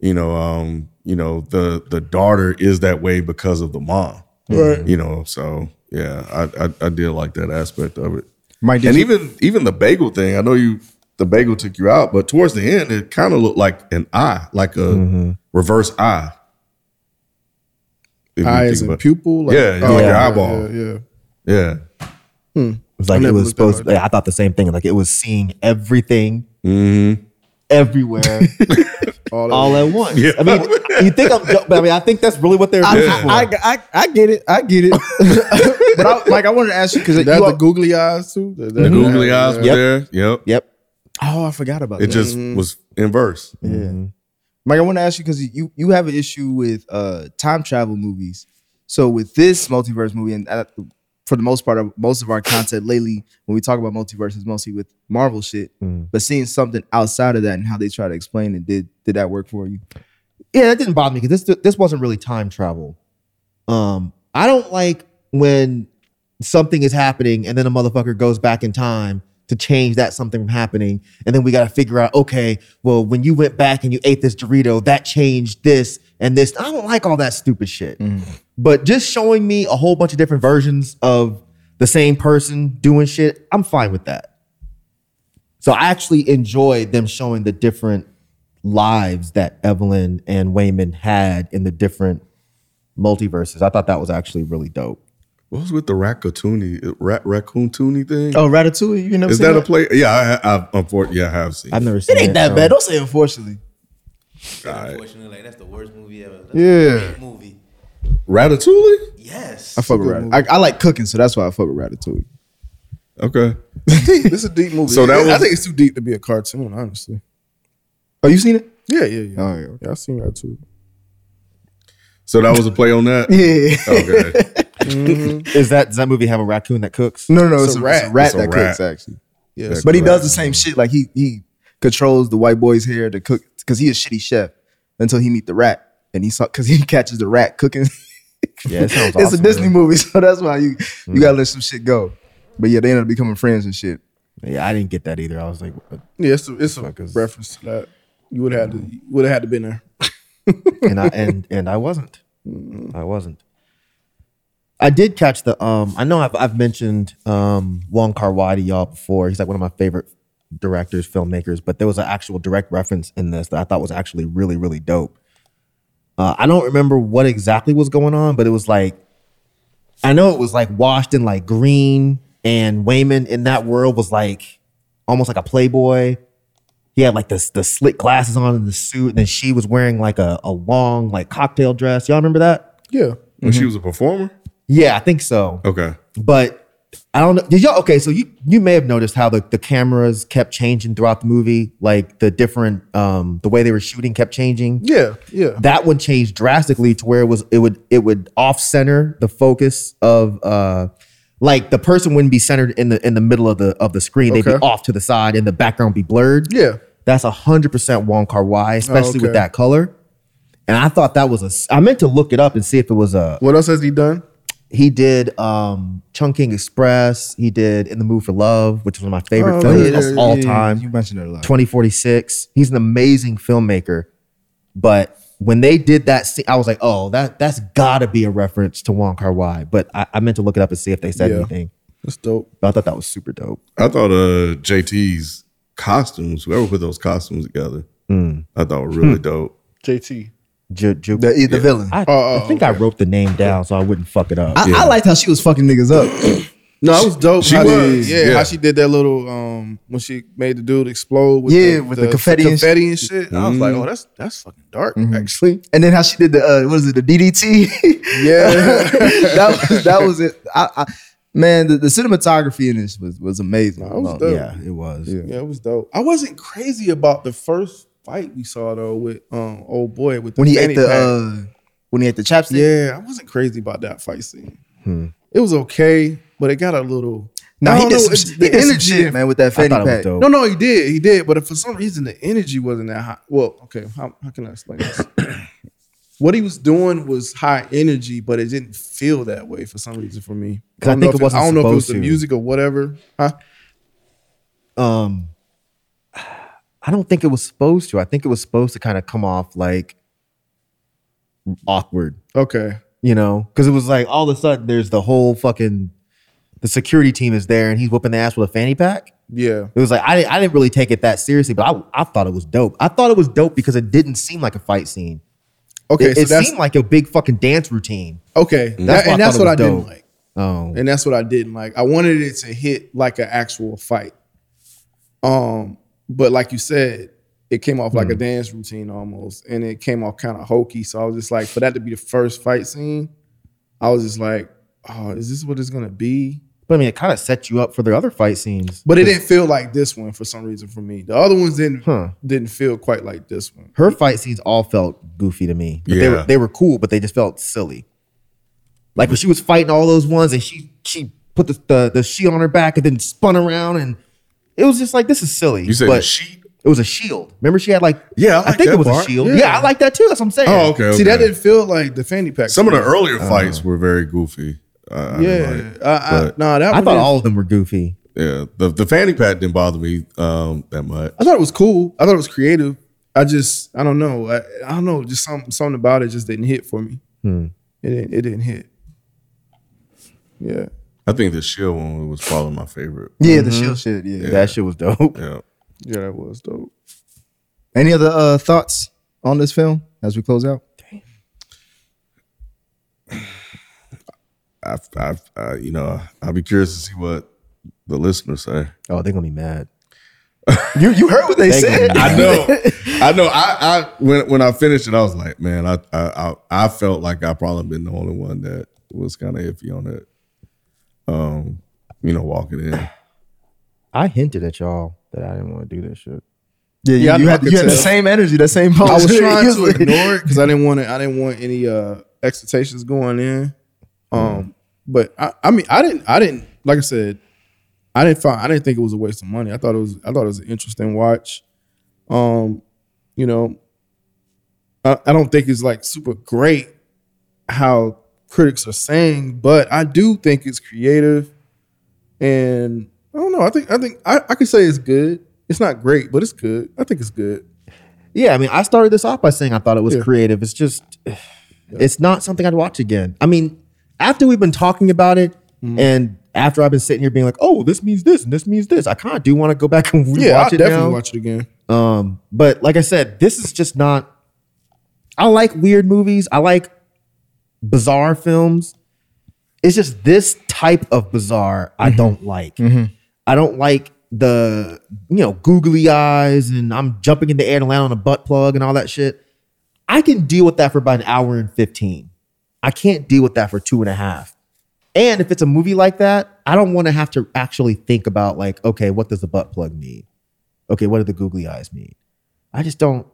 Speaker 1: you know um you know the the daughter is that way because of the mom,
Speaker 4: Right.
Speaker 1: you know. So yeah, I I, I did like that aspect of it,
Speaker 2: Mike, did
Speaker 1: and
Speaker 2: you-
Speaker 1: even even the bagel thing. I know you the bagel took you out, but towards the end, it kind of looked like an eye, like a
Speaker 4: Mm-hmm.
Speaker 1: reverse eye. If you
Speaker 4: Eye
Speaker 1: think
Speaker 4: as a
Speaker 1: about-
Speaker 4: pupil.
Speaker 1: Yeah, like your
Speaker 4: yeah,
Speaker 1: eyeball.
Speaker 4: Yeah,
Speaker 1: yeah.
Speaker 4: yeah.
Speaker 3: It was like it
Speaker 4: never
Speaker 3: was
Speaker 4: looked that
Speaker 3: supposed.
Speaker 4: hard.
Speaker 3: I thought the same thing. Like it was seeing everything
Speaker 1: hmm
Speaker 3: everywhere
Speaker 4: All that.
Speaker 3: all at once.
Speaker 1: Yeah.
Speaker 3: I mean, you think I'm, jo- but I mean, I think that's really what they're.
Speaker 2: I,
Speaker 3: doing.
Speaker 1: Yeah.
Speaker 2: I, I, I, I get it. I get it. but I, like, I wanted to ask you because
Speaker 4: Is that the googly eyes too? Is that-
Speaker 1: The googly
Speaker 4: yeah,
Speaker 1: eyes were
Speaker 4: yeah.
Speaker 3: Yep.
Speaker 1: there. Mm-hmm. Yep.
Speaker 3: yep.
Speaker 2: oh, I forgot about
Speaker 1: It
Speaker 2: that.
Speaker 1: just was inverse.
Speaker 2: yeah.
Speaker 4: Mm-hmm.
Speaker 2: Mike, I want to ask you because you you have an issue with uh time travel movies. So with this multiverse movie, and uh, for the most part, of most of our content lately, when we talk about multiverse, is mostly with Marvel
Speaker 4: Mm-hmm.
Speaker 2: shit. But seeing something outside of that and how they try to explain it, did did that work for you?
Speaker 3: yeah, that didn't bother me because this this wasn't really time travel. Um, I don't like when something is happening and then a motherfucker goes back in time to change that something from happening, and then we got to figure out, okay, well, when you went back and you ate this Dorito, that changed this and this. I don't like all that stupid shit. But just showing me a whole bunch of different versions of the same person doing shit, I'm fine with that. So I actually enjoyed them showing the different lives that Evelyn and Wayman had in the different multiverses. I thought that was actually really dope.
Speaker 1: What was with the raccoon rat raccoon toonie thing?
Speaker 2: Oh, Ratatouille. You never
Speaker 1: Is
Speaker 2: seen
Speaker 1: that a play? Yeah, I, I, I, unfor- yeah, I have seen.
Speaker 3: I've never
Speaker 2: It
Speaker 3: seen
Speaker 2: ain't that
Speaker 3: so-
Speaker 2: bad. Don't say unfortunately.
Speaker 5: Unfortunately, like that's the worst movie ever. That's
Speaker 2: Yeah.
Speaker 5: a great movie.
Speaker 1: Ratatouille.
Speaker 5: Yes.
Speaker 2: I fuck with Rat. I, I like cooking, so that's why I fuck with Ratatouille.
Speaker 1: Okay.
Speaker 4: this is a deep movie.
Speaker 1: So that
Speaker 4: I
Speaker 1: was-
Speaker 4: think it's too deep to be a cartoon, honestly.
Speaker 2: Oh, you seen it?
Speaker 4: Yeah, yeah, yeah.
Speaker 2: Oh, yeah.
Speaker 4: yeah, I seen that too.
Speaker 1: So that was a play on that.
Speaker 2: Yeah.
Speaker 1: Okay.
Speaker 3: Is that does that movie have a raccoon that cooks?
Speaker 2: No, no, no. It's,
Speaker 4: a
Speaker 2: a,
Speaker 4: rat.
Speaker 2: rat. It's
Speaker 1: It's
Speaker 2: a rat
Speaker 1: a
Speaker 2: that
Speaker 1: rat.
Speaker 2: cooks actually.
Speaker 4: Yeah,
Speaker 1: That's
Speaker 4: it's-
Speaker 2: But he
Speaker 1: correct.
Speaker 2: does the same shit. Like he he controls the white boy's hair to cook because he a shitty chef until he meet the rat and he saw because he catches the rat cooking.
Speaker 3: Yeah, it
Speaker 2: it's
Speaker 3: sounds awesome,
Speaker 2: a Disney
Speaker 3: man.
Speaker 2: movie, so that's why you you gotta let some shit go. But yeah, they end up becoming friends and shit.
Speaker 3: Yeah, I didn't get that either. I was like, what?
Speaker 4: yeah, it's a, it's a
Speaker 3: Fuckers.
Speaker 4: reference to that. You would have to would have had to been there.
Speaker 3: and I and and I wasn't. I wasn't. I did catch the um I know I've I've mentioned um Wong Kar Wai to y'all before. He's like one of my favorite directors, filmmakers, but there was an actual direct reference in this that I thought was actually really really dope. Uh, I don't remember what exactly was going on, but it was like I know it was like washed in like green and Wayman in that world was like almost like a playboy he had like this the slick glasses on and the suit, and then she was wearing like a, a long like cocktail dress. Y'all remember that?
Speaker 4: Yeah,
Speaker 1: When she was a performer.
Speaker 3: Yeah, I think so.
Speaker 1: Okay.
Speaker 3: But I don't know. Did y'all okay? So you you may have noticed how the, the cameras kept changing throughout the movie, like the different um the way they were shooting kept changing.
Speaker 4: yeah, yeah.
Speaker 3: That one changed drastically to where it was it would it would off center the focus of uh like the person wouldn't be centered in the in the middle of the of the screen. They'd
Speaker 4: Okay.
Speaker 3: be off to the side and the background be blurred.
Speaker 4: Yeah. Oh,
Speaker 3: That's 100% Wong Kar Wai, especially
Speaker 4: okay.
Speaker 3: with that color. And I thought that was a. s- I meant to look it up and see if it was a.
Speaker 4: What else has he done?
Speaker 3: He did um Chunking Express. He did In the Mood for Love, which is one of my favorite
Speaker 4: Oh,
Speaker 3: films
Speaker 4: yeah,
Speaker 3: of all time.
Speaker 2: You mentioned it a lot.
Speaker 3: 2046. He's an amazing filmmaker. But when they did that scene, I was like, oh, that that's gotta be a reference to Wong Kar Wai. But I, I meant to look it up and see if they said
Speaker 4: Yeah.
Speaker 3: anything.
Speaker 4: That's dope.
Speaker 3: But I thought that was super dope.
Speaker 1: I thought uh JT's costumes, whoever put those costumes together, I thought were really dope.
Speaker 4: JT.
Speaker 3: Ju- Ju-
Speaker 2: The, the villain. I,
Speaker 3: I,
Speaker 4: e- Oh, oh,
Speaker 3: I think I wrote the name down so I wouldn't fuck it up.
Speaker 2: I,
Speaker 1: Yeah.
Speaker 2: liked how she was fucking niggas up.
Speaker 4: No, it was dope.
Speaker 1: She
Speaker 4: how
Speaker 1: was,
Speaker 4: yeah,
Speaker 1: yeah.
Speaker 4: how she did that little um when she made the dude explode. With
Speaker 2: Yeah,
Speaker 4: the,
Speaker 2: with the confetti and Mm-hmm.
Speaker 4: confetti and shit. I was like, oh, that's that's fucking dark. Actually,
Speaker 2: and then how she did the uh, what is it the DDT?
Speaker 4: yeah,
Speaker 2: that was that was it. I, I, man, the, the cinematography in this was was amazing.
Speaker 4: it was dope.
Speaker 3: Yeah, it was.
Speaker 4: yeah, it was dope. I wasn't crazy about the first fight we saw though with um old boy with the
Speaker 2: when he
Speaker 4: fanny
Speaker 2: ate the
Speaker 4: pack.
Speaker 2: uh, when he ate the chapstick.
Speaker 4: yeah, I wasn't crazy about that fight scene. It was okay, but it got a little.
Speaker 2: No,
Speaker 4: I
Speaker 2: Hmm. he
Speaker 4: don't
Speaker 2: did,
Speaker 4: know,
Speaker 2: some,
Speaker 4: it-
Speaker 2: shit- he did some shit, man, with that
Speaker 3: I
Speaker 2: fanny
Speaker 3: thought it was
Speaker 2: pack.
Speaker 3: dope.
Speaker 4: No, no, he did. He did. But if for some reason the energy wasn't that high. Well, okay, how, how can I explain this? what he was doing was high energy, but it didn't feel that way for some reason for me.
Speaker 3: 'Cause I
Speaker 4: don't
Speaker 3: think it
Speaker 4: know if
Speaker 3: wasn't
Speaker 4: I don't know if it was the
Speaker 3: supposed to.
Speaker 4: music or whatever. Huh?
Speaker 3: Um, I don't think it was supposed to. I think it was supposed to kind of come off like awkward,
Speaker 4: Okay.
Speaker 3: you know? Because it was like all of a sudden there's the whole fucking the security team is there and he's whooping the ass with a fanny pack.
Speaker 4: Yeah.
Speaker 3: It was like I didn't, I didn't really take it that seriously, but I, I thought it was dope. I thought it was dope because it didn't seem like a fight scene.
Speaker 4: Okay.
Speaker 3: it
Speaker 4: so
Speaker 3: it
Speaker 4: that's
Speaker 3: seemed like a big fucking dance routine.
Speaker 4: okay.
Speaker 3: That's
Speaker 4: That-
Speaker 3: why
Speaker 4: and
Speaker 3: I
Speaker 4: that's
Speaker 3: thought it
Speaker 4: what I
Speaker 3: was
Speaker 4: didn't
Speaker 3: dope.
Speaker 4: like.
Speaker 3: Oh,
Speaker 4: And that's what I didn't like. I wanted it to hit like an actual fight. Um, but like you said, it came off
Speaker 1: Hmm.
Speaker 4: like a dance routine almost, and it came off kind of hokey. So I was just like, for that to be the first fight scene, I was just like, oh, is this what it's gonna be?
Speaker 3: but I mean, it kind of set you up for the other fight scenes.
Speaker 4: But
Speaker 1: Hmm.
Speaker 4: it didn't feel like this one for some reason for me. The other ones didn't
Speaker 3: Huh.
Speaker 4: didn't feel quite like this one.
Speaker 3: her fight scenes all felt goofy to me. But they were
Speaker 1: Yeah.
Speaker 3: they were cool, but they just felt silly. Like when she was fighting all those ones and she she put the the, the she on her back and then spun around and it was just like this is silly.
Speaker 1: You said
Speaker 3: but
Speaker 1: the sheet?
Speaker 3: It was a shield. Remember, she had like
Speaker 1: Yeah, I like
Speaker 3: think
Speaker 1: that
Speaker 3: it was
Speaker 1: part.
Speaker 3: a shield.
Speaker 1: Yeah.
Speaker 3: Yeah. I like that too. That's what I'm saying.
Speaker 1: Oh, okay.
Speaker 4: See, that
Speaker 1: okay.
Speaker 4: didn't feel like the fanny pack.
Speaker 1: Some of the earlier fights were very goofy. I, I didn't
Speaker 4: yeah,
Speaker 1: like it.
Speaker 4: I, I,
Speaker 1: But-
Speaker 4: nah, that
Speaker 3: I
Speaker 4: one
Speaker 3: thought
Speaker 4: is-
Speaker 3: all of them were goofy.
Speaker 1: yeah. The the fanny pack didn't bother me um, that much.
Speaker 4: I thought it was cool. I thought it was creative. I just, I don't know. I, I don't know. Just something, something about it just didn't hit for me. It didn't. It didn't hit. Yeah.
Speaker 1: I think the shield one was probably my favorite.
Speaker 2: Yeah, the shield shit. Yeah.
Speaker 3: That shit was dope.
Speaker 1: Yeah.
Speaker 4: Yeah, that was dope.
Speaker 2: Any other uh, thoughts on this film as we close out?
Speaker 1: I, I, I you know, I'll be curious to see what the listeners say.
Speaker 3: Oh, they're gonna be mad.
Speaker 2: You you heard what they said.
Speaker 1: I know, I know. I, I when when I finished it, I was like, man, I I I, I felt like I probably been the only one that was kind of iffy on it. Um, you know, walking in.
Speaker 3: I hinted at y'all that I didn't want to do this shit.
Speaker 2: Yeah, you,
Speaker 4: Yeah, I
Speaker 2: you
Speaker 4: know, I
Speaker 2: had,
Speaker 4: could
Speaker 2: you had the
Speaker 4: tell.
Speaker 2: same energy, that same pose.
Speaker 4: I was trying
Speaker 2: He
Speaker 4: to
Speaker 2: like-
Speaker 4: ignore it because I didn't want to. I didn't want any uh expectations going in. Um, but I, I mean, I didn't. I didn't. Like I said, I didn't find. I didn't think it was a waste of money. I thought it was. I thought it was an interesting watch. Um, you know, I, I don't think it's like super great how critics are saying, but I do think it's creative. And I don't know. I think. I think. I, I could say it's good. It's not great, but it's good. I think it's good.
Speaker 3: Yeah, I mean, I started this off by saying I thought it was
Speaker 4: Yeah.
Speaker 3: creative. It's just, it's not something I'd watch again. I mean, after we've been talking about it,
Speaker 4: Mm-hmm.
Speaker 3: and after I've been sitting here being like, "Oh, this means this and this means this," I kind of do want to go back and rewatch
Speaker 4: Yeah, I'll
Speaker 3: it
Speaker 4: definitely
Speaker 3: now.
Speaker 4: watch it again.
Speaker 3: Um, but like I said, this is just not. I like weird movies. I like bizarre films. It's just this type of bizarre I don't like. I don't like the you know googly eyes and I'm jumping in the air and landing on a butt plug and all that shit. I can deal with that for about an hour and fifteen. I can't deal with that for two and a half. And if it's a movie like that, I don't want to have to actually think about like, okay, what does the butt plug mean? okay, what do the googly eyes mean? I just don't.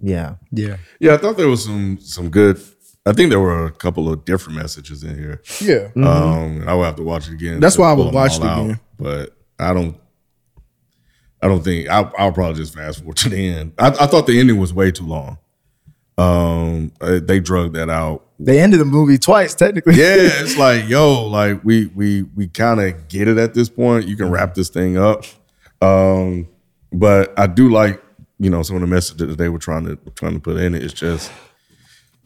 Speaker 3: Yeah.
Speaker 2: yeah.
Speaker 1: Yeah, I thought there was some some good. I think there were a couple of different messages in here.
Speaker 4: Yeah.
Speaker 1: Um, and I would have to watch it again.
Speaker 4: Mm-hmm. That's
Speaker 1: to
Speaker 4: why I
Speaker 1: pull
Speaker 4: would
Speaker 1: them
Speaker 4: watch
Speaker 1: all
Speaker 4: it
Speaker 1: out,
Speaker 4: again.
Speaker 1: But I don't. I don't think I, I'll probably just fast forward to the end. I, I thought the ending was way too long. Um, uh, they drug that out.
Speaker 2: They ended the movie twice, technically.
Speaker 1: Yeah, it's like yo, like we we we kind of get it at this point. You can wrap this thing up. Um, but I do like you know some of the messages that they were trying to trying to put in it. It's just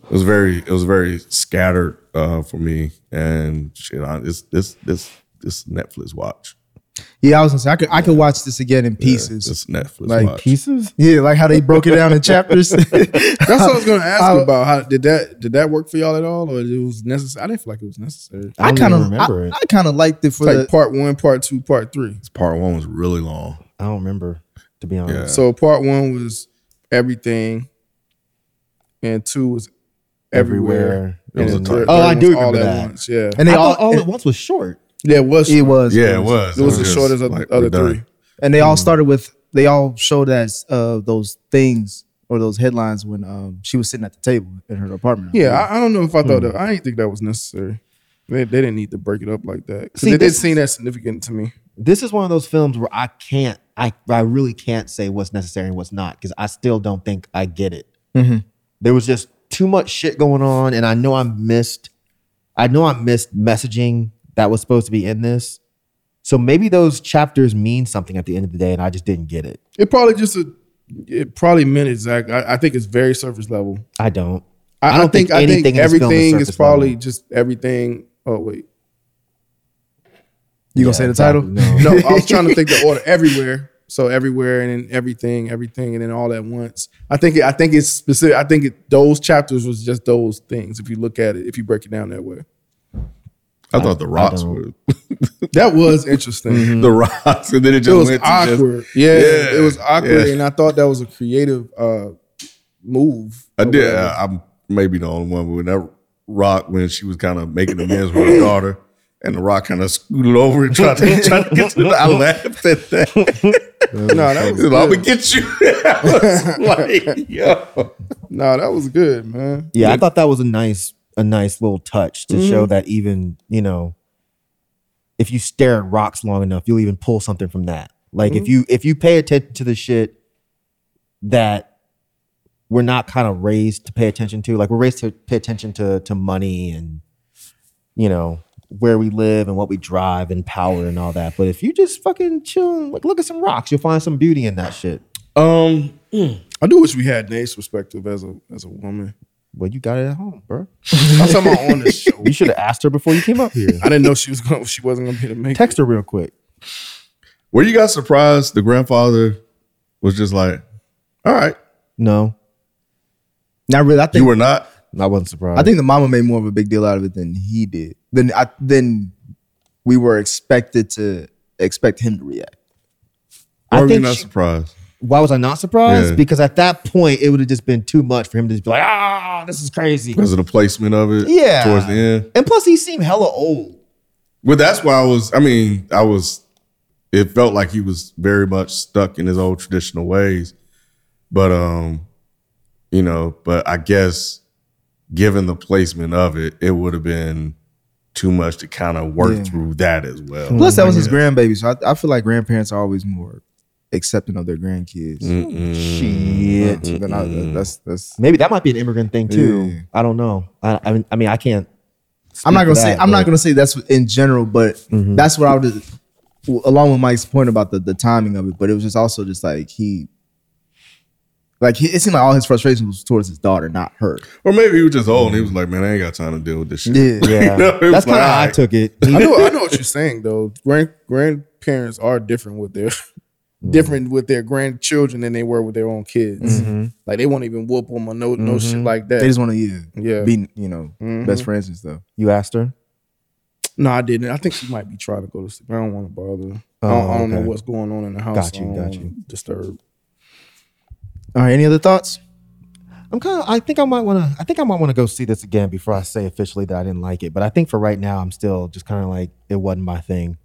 Speaker 1: it was very it was very scattered uh, for me and shit. I, it's this this this Netflix watch.
Speaker 2: Yeah, I was gonna say I could I could watch this again in
Speaker 1: Yeah,
Speaker 2: pieces.
Speaker 1: This Netflix
Speaker 2: Like
Speaker 1: watch.
Speaker 3: Pieces?
Speaker 2: Yeah, like how they broke it down in chapters.
Speaker 4: That's what I was gonna ask you
Speaker 2: I-
Speaker 4: about. How did that did that work for y'all at all, or it was necessary? I didn't feel like it was necessary.
Speaker 2: I
Speaker 3: don't
Speaker 2: kind of
Speaker 3: even remember
Speaker 2: I,
Speaker 3: it.
Speaker 2: I kind of liked it for
Speaker 4: It's
Speaker 2: the
Speaker 4: like part one, part two, part three.
Speaker 1: Part one was really long.
Speaker 3: I don't remember, to be honest.
Speaker 1: Yeah.
Speaker 4: So part one was everything, and two was everywhere.
Speaker 1: It was a
Speaker 4: And
Speaker 1: ton.
Speaker 4: the
Speaker 3: Oh,
Speaker 4: third
Speaker 3: I
Speaker 4: one
Speaker 3: do
Speaker 4: was all
Speaker 3: remember
Speaker 4: at
Speaker 3: that.
Speaker 4: once, Yeah,
Speaker 2: and they
Speaker 3: I
Speaker 2: all,
Speaker 3: thought all
Speaker 2: and-
Speaker 3: at once was short.
Speaker 4: yeah, it was.
Speaker 2: it was
Speaker 1: Yeah, it was.
Speaker 4: It was as
Speaker 1: just
Speaker 4: short as the
Speaker 1: like,
Speaker 4: other
Speaker 1: we're done.
Speaker 4: three.
Speaker 2: and they all started with they all showed as uh those things or those headlines when um she was sitting at the table in her apartment.
Speaker 4: Yeah, I, I don't know if I thought that. I didn't think that was necessary. They, they didn't need to break it up like that. 'Cause
Speaker 3: See,
Speaker 4: it didn't
Speaker 3: this is-
Speaker 4: seem that significant to me.
Speaker 3: This is one of those films where I can't, I, I really can't say what's necessary and what's not because I still don't think I get it.
Speaker 2: Mm-hmm.
Speaker 3: There was just too much shit going on, and I know I missed, I know I missed messaging that was supposed to be in this. So maybe those chapters mean something at the end of the day, and I just didn't get it.
Speaker 4: It probably just a. It probably meant exactly. I, I think it's very surface level.
Speaker 3: I don't.
Speaker 4: I, I don't think, I
Speaker 3: anything
Speaker 4: think
Speaker 3: in this film is
Speaker 4: everything is,
Speaker 3: surface
Speaker 4: probably
Speaker 3: level.
Speaker 4: just everything. Oh wait,
Speaker 2: you gonna
Speaker 3: Yeah,
Speaker 2: say the title?
Speaker 3: exactly.
Speaker 4: no, I was trying to think the order everywhere. So everywhere and then everything, everything, and then all at once. I think it, I think it's specific. I think it, those chapters was just those things. If you look at it, if you break it down that way,
Speaker 1: I thought the rocks
Speaker 3: don't-
Speaker 1: were
Speaker 4: that was interesting.
Speaker 1: the rocks, and then it
Speaker 4: It
Speaker 1: just
Speaker 4: was
Speaker 1: Mm-hmm. went to just-
Speaker 4: awkward. yeah,
Speaker 1: Yeah,
Speaker 4: it was awkward,
Speaker 1: yeah.
Speaker 4: and I thought that was a creative uh, move.
Speaker 1: I did. uh, I'm maybe the only one, but when that rock, when she was kind of making amends with her daughter, and the rock kind of scooted over and tried to, tried to get to the, I laughed at that.
Speaker 4: No, that was
Speaker 1: He said, I'm gonna
Speaker 4: good.
Speaker 1: get you. I was like, yo.
Speaker 4: no, that was good, man.
Speaker 3: Yeah, I thought that was a nice a nice little touch to show that even, you know, if you stare at rocks long enough, you'll even pull something from that. Like if you if you pay attention to the shit that we're not kind of raised to pay attention to. Like we're raised to pay attention to to money and you know where we live and what we drive and power and all that. But if you just fucking chill and like look at some rocks, you'll find some beauty in that shit.
Speaker 1: Um,
Speaker 4: I do wish we had Nate's perspective as a as a woman.
Speaker 3: Well, you got it at home, bro.
Speaker 4: I'm talking about on the show.
Speaker 3: You should have asked her before you came up here.
Speaker 4: I didn't know she was going. She wasn't going to be the make.
Speaker 3: Text her real quick.
Speaker 1: were you guys surprised the grandfather was just like, all right,
Speaker 3: No,
Speaker 2: Not really. I think
Speaker 1: you were not?
Speaker 3: I wasn't surprised.
Speaker 2: I think the mama made more of a big deal out of it than he did. Than I than we were expected to expect him to react.
Speaker 1: Or
Speaker 3: I
Speaker 1: were you
Speaker 3: think
Speaker 1: not
Speaker 3: she-
Speaker 1: surprised?
Speaker 3: why was I not surprised?
Speaker 1: Yeah.
Speaker 3: Because at that point, it would have just been too much for him to just be like, ah, this is crazy.
Speaker 1: Because of the placement of it
Speaker 3: Yeah.
Speaker 1: towards the end?
Speaker 3: And plus, he seemed hella old.
Speaker 1: Well, that's why I was. I mean, I was. It felt like he was very much stuck in his old traditional ways, but um, you know. But I guess, given the placement of it, it would have been too much to kind of work
Speaker 2: Yeah.
Speaker 1: through that as well.
Speaker 2: Plus, that was his grandbaby, so I, I feel like grandparents are always more accepting of their grandkids.
Speaker 1: Mm-hmm.
Speaker 3: Shit.
Speaker 2: Then I, that's that's.
Speaker 3: Maybe that might be an immigrant thing too.
Speaker 2: Yeah.
Speaker 3: I don't know. I, I mean, I mean, I can't.
Speaker 2: I'm not
Speaker 3: speak
Speaker 2: gonna
Speaker 3: for
Speaker 2: say
Speaker 3: that,
Speaker 2: I'm not
Speaker 3: but- Mm-hmm.
Speaker 2: gonna say that's in general, but that's what I would. Along with Mike's point about the the timing of it, but it was just also just like he, like he, it seemed like all his frustration was towards his daughter, not her.
Speaker 1: Or maybe he was just old and he was like, "Man, I ain't got time to deal with this shit."
Speaker 3: Yeah,
Speaker 1: No, it was
Speaker 3: that's kind
Speaker 1: like,
Speaker 3: of how I
Speaker 1: alright.
Speaker 3: took it.
Speaker 4: I know. I know what you're saying though. Grand grandparents are different with their
Speaker 3: Mm-hmm.
Speaker 4: different with their grandchildren than they were with their own kids.
Speaker 3: Mm-hmm.
Speaker 4: Like they won't even whoop them or no no shit like that.
Speaker 2: They just want to yeah,
Speaker 4: Yeah.
Speaker 2: be you know
Speaker 1: Mm-hmm.
Speaker 2: best friends and stuff.
Speaker 3: You asked her.
Speaker 4: no, I didn't. I think she might be trying to go to sleep. I don't want to bother. her. I
Speaker 3: Oh,
Speaker 4: don't, I don't
Speaker 3: okay.
Speaker 4: know what's going on in the house.
Speaker 3: Got you,
Speaker 4: so I don't
Speaker 3: got
Speaker 4: wanna
Speaker 3: you.
Speaker 4: Disturb.
Speaker 2: All right, any other thoughts?
Speaker 3: I'm kind of. I think I might want to. I think I might want to go see this again before I say officially that I didn't like it. But I think for right now, I'm still just kind of like it wasn't my thing.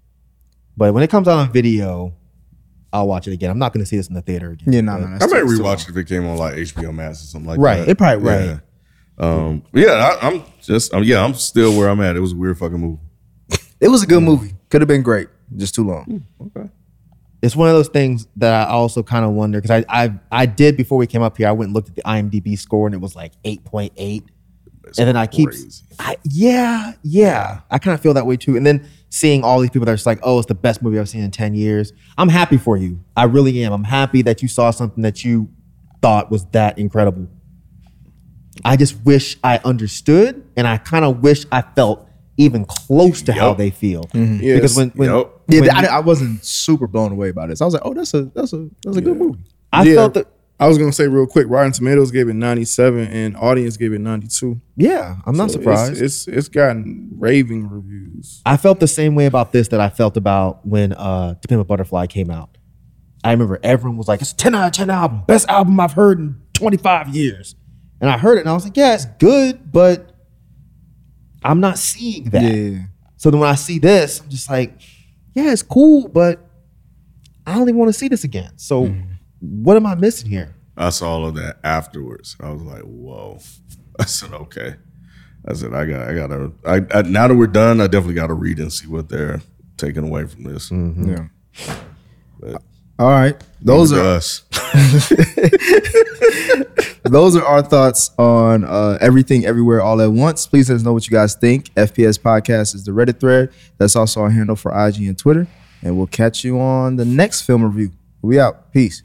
Speaker 3: But when it comes out on video, I'll watch it again. I'm not going to see this in the theater again.
Speaker 2: Yeah, no, no,
Speaker 1: I
Speaker 2: that's
Speaker 1: might
Speaker 2: too- too long.
Speaker 1: rewatch it if it came on like HBO Max or something like
Speaker 3: Right.
Speaker 1: that.
Speaker 2: It probably- right.
Speaker 1: Yeah. Um, yeah, I, I'm just. I'm, yeah, I'm still where I'm at. It was a weird fucking movie.
Speaker 2: It was a good movie. Could have been great. Just too
Speaker 1: Mm.
Speaker 2: long.
Speaker 3: it's one of those things that I also kind of wonder because I, I I did before we came up here. I went and looked at the IMDb score and it was like eight point eight, and then I keep,
Speaker 1: crazy.
Speaker 3: I, yeah, yeah, I kind of feel that way too. And then seeing all these people that are just like, oh, it's the best movie I've seen in ten years. I'm happy for you. I really am. I'm happy that you saw something that you thought was that incredible. I just wish I understood, and I kind of wish I felt even close to how
Speaker 1: Yup.
Speaker 3: they feel
Speaker 4: Mm-hmm. Yes.
Speaker 3: because when when
Speaker 1: Yup.
Speaker 2: Yeah,
Speaker 3: when
Speaker 2: I, I wasn't super blown away by this. I was like, oh, that's a that's a that's a good movie.
Speaker 3: I
Speaker 4: Yeah.
Speaker 3: felt that.
Speaker 4: I was gonna say real quick. Rotten Tomatoes gave it 97 and Audience gave it 92.
Speaker 3: Yeah, I'm not
Speaker 4: So it's-
Speaker 3: surprised.
Speaker 4: It's, it's gotten raving reviews.
Speaker 3: I felt the same way about this that I felt about when uh To Pimp a Butterfly came out. I remember everyone was like, it's a 10 out of 10 album, best album I've heard in 25 years. And I heard it and I was like, yeah, it's good, but I'm not seeing that.
Speaker 2: Yeah,
Speaker 3: So then when I see this, I'm just like, yeah, it's cool, but I don't even want to see this again. So what am I missing here?
Speaker 1: I saw all of that afterwards. I was like, whoa. I said, okay. I said, I got, I gotta. I, I now that we're done, I definitely gotta read and see what they're taking away from this.
Speaker 2: yeah. All right, Mm-hmm. those
Speaker 1: Look at
Speaker 2: are
Speaker 1: us.
Speaker 2: those are our thoughts on uh, everything, everywhere, all at once. Please let us know what you guys think. FPS Podcast is the Reddit thread. That's also our handle for IG and Twitter. And we'll catch you on the next film review. We out. Peace.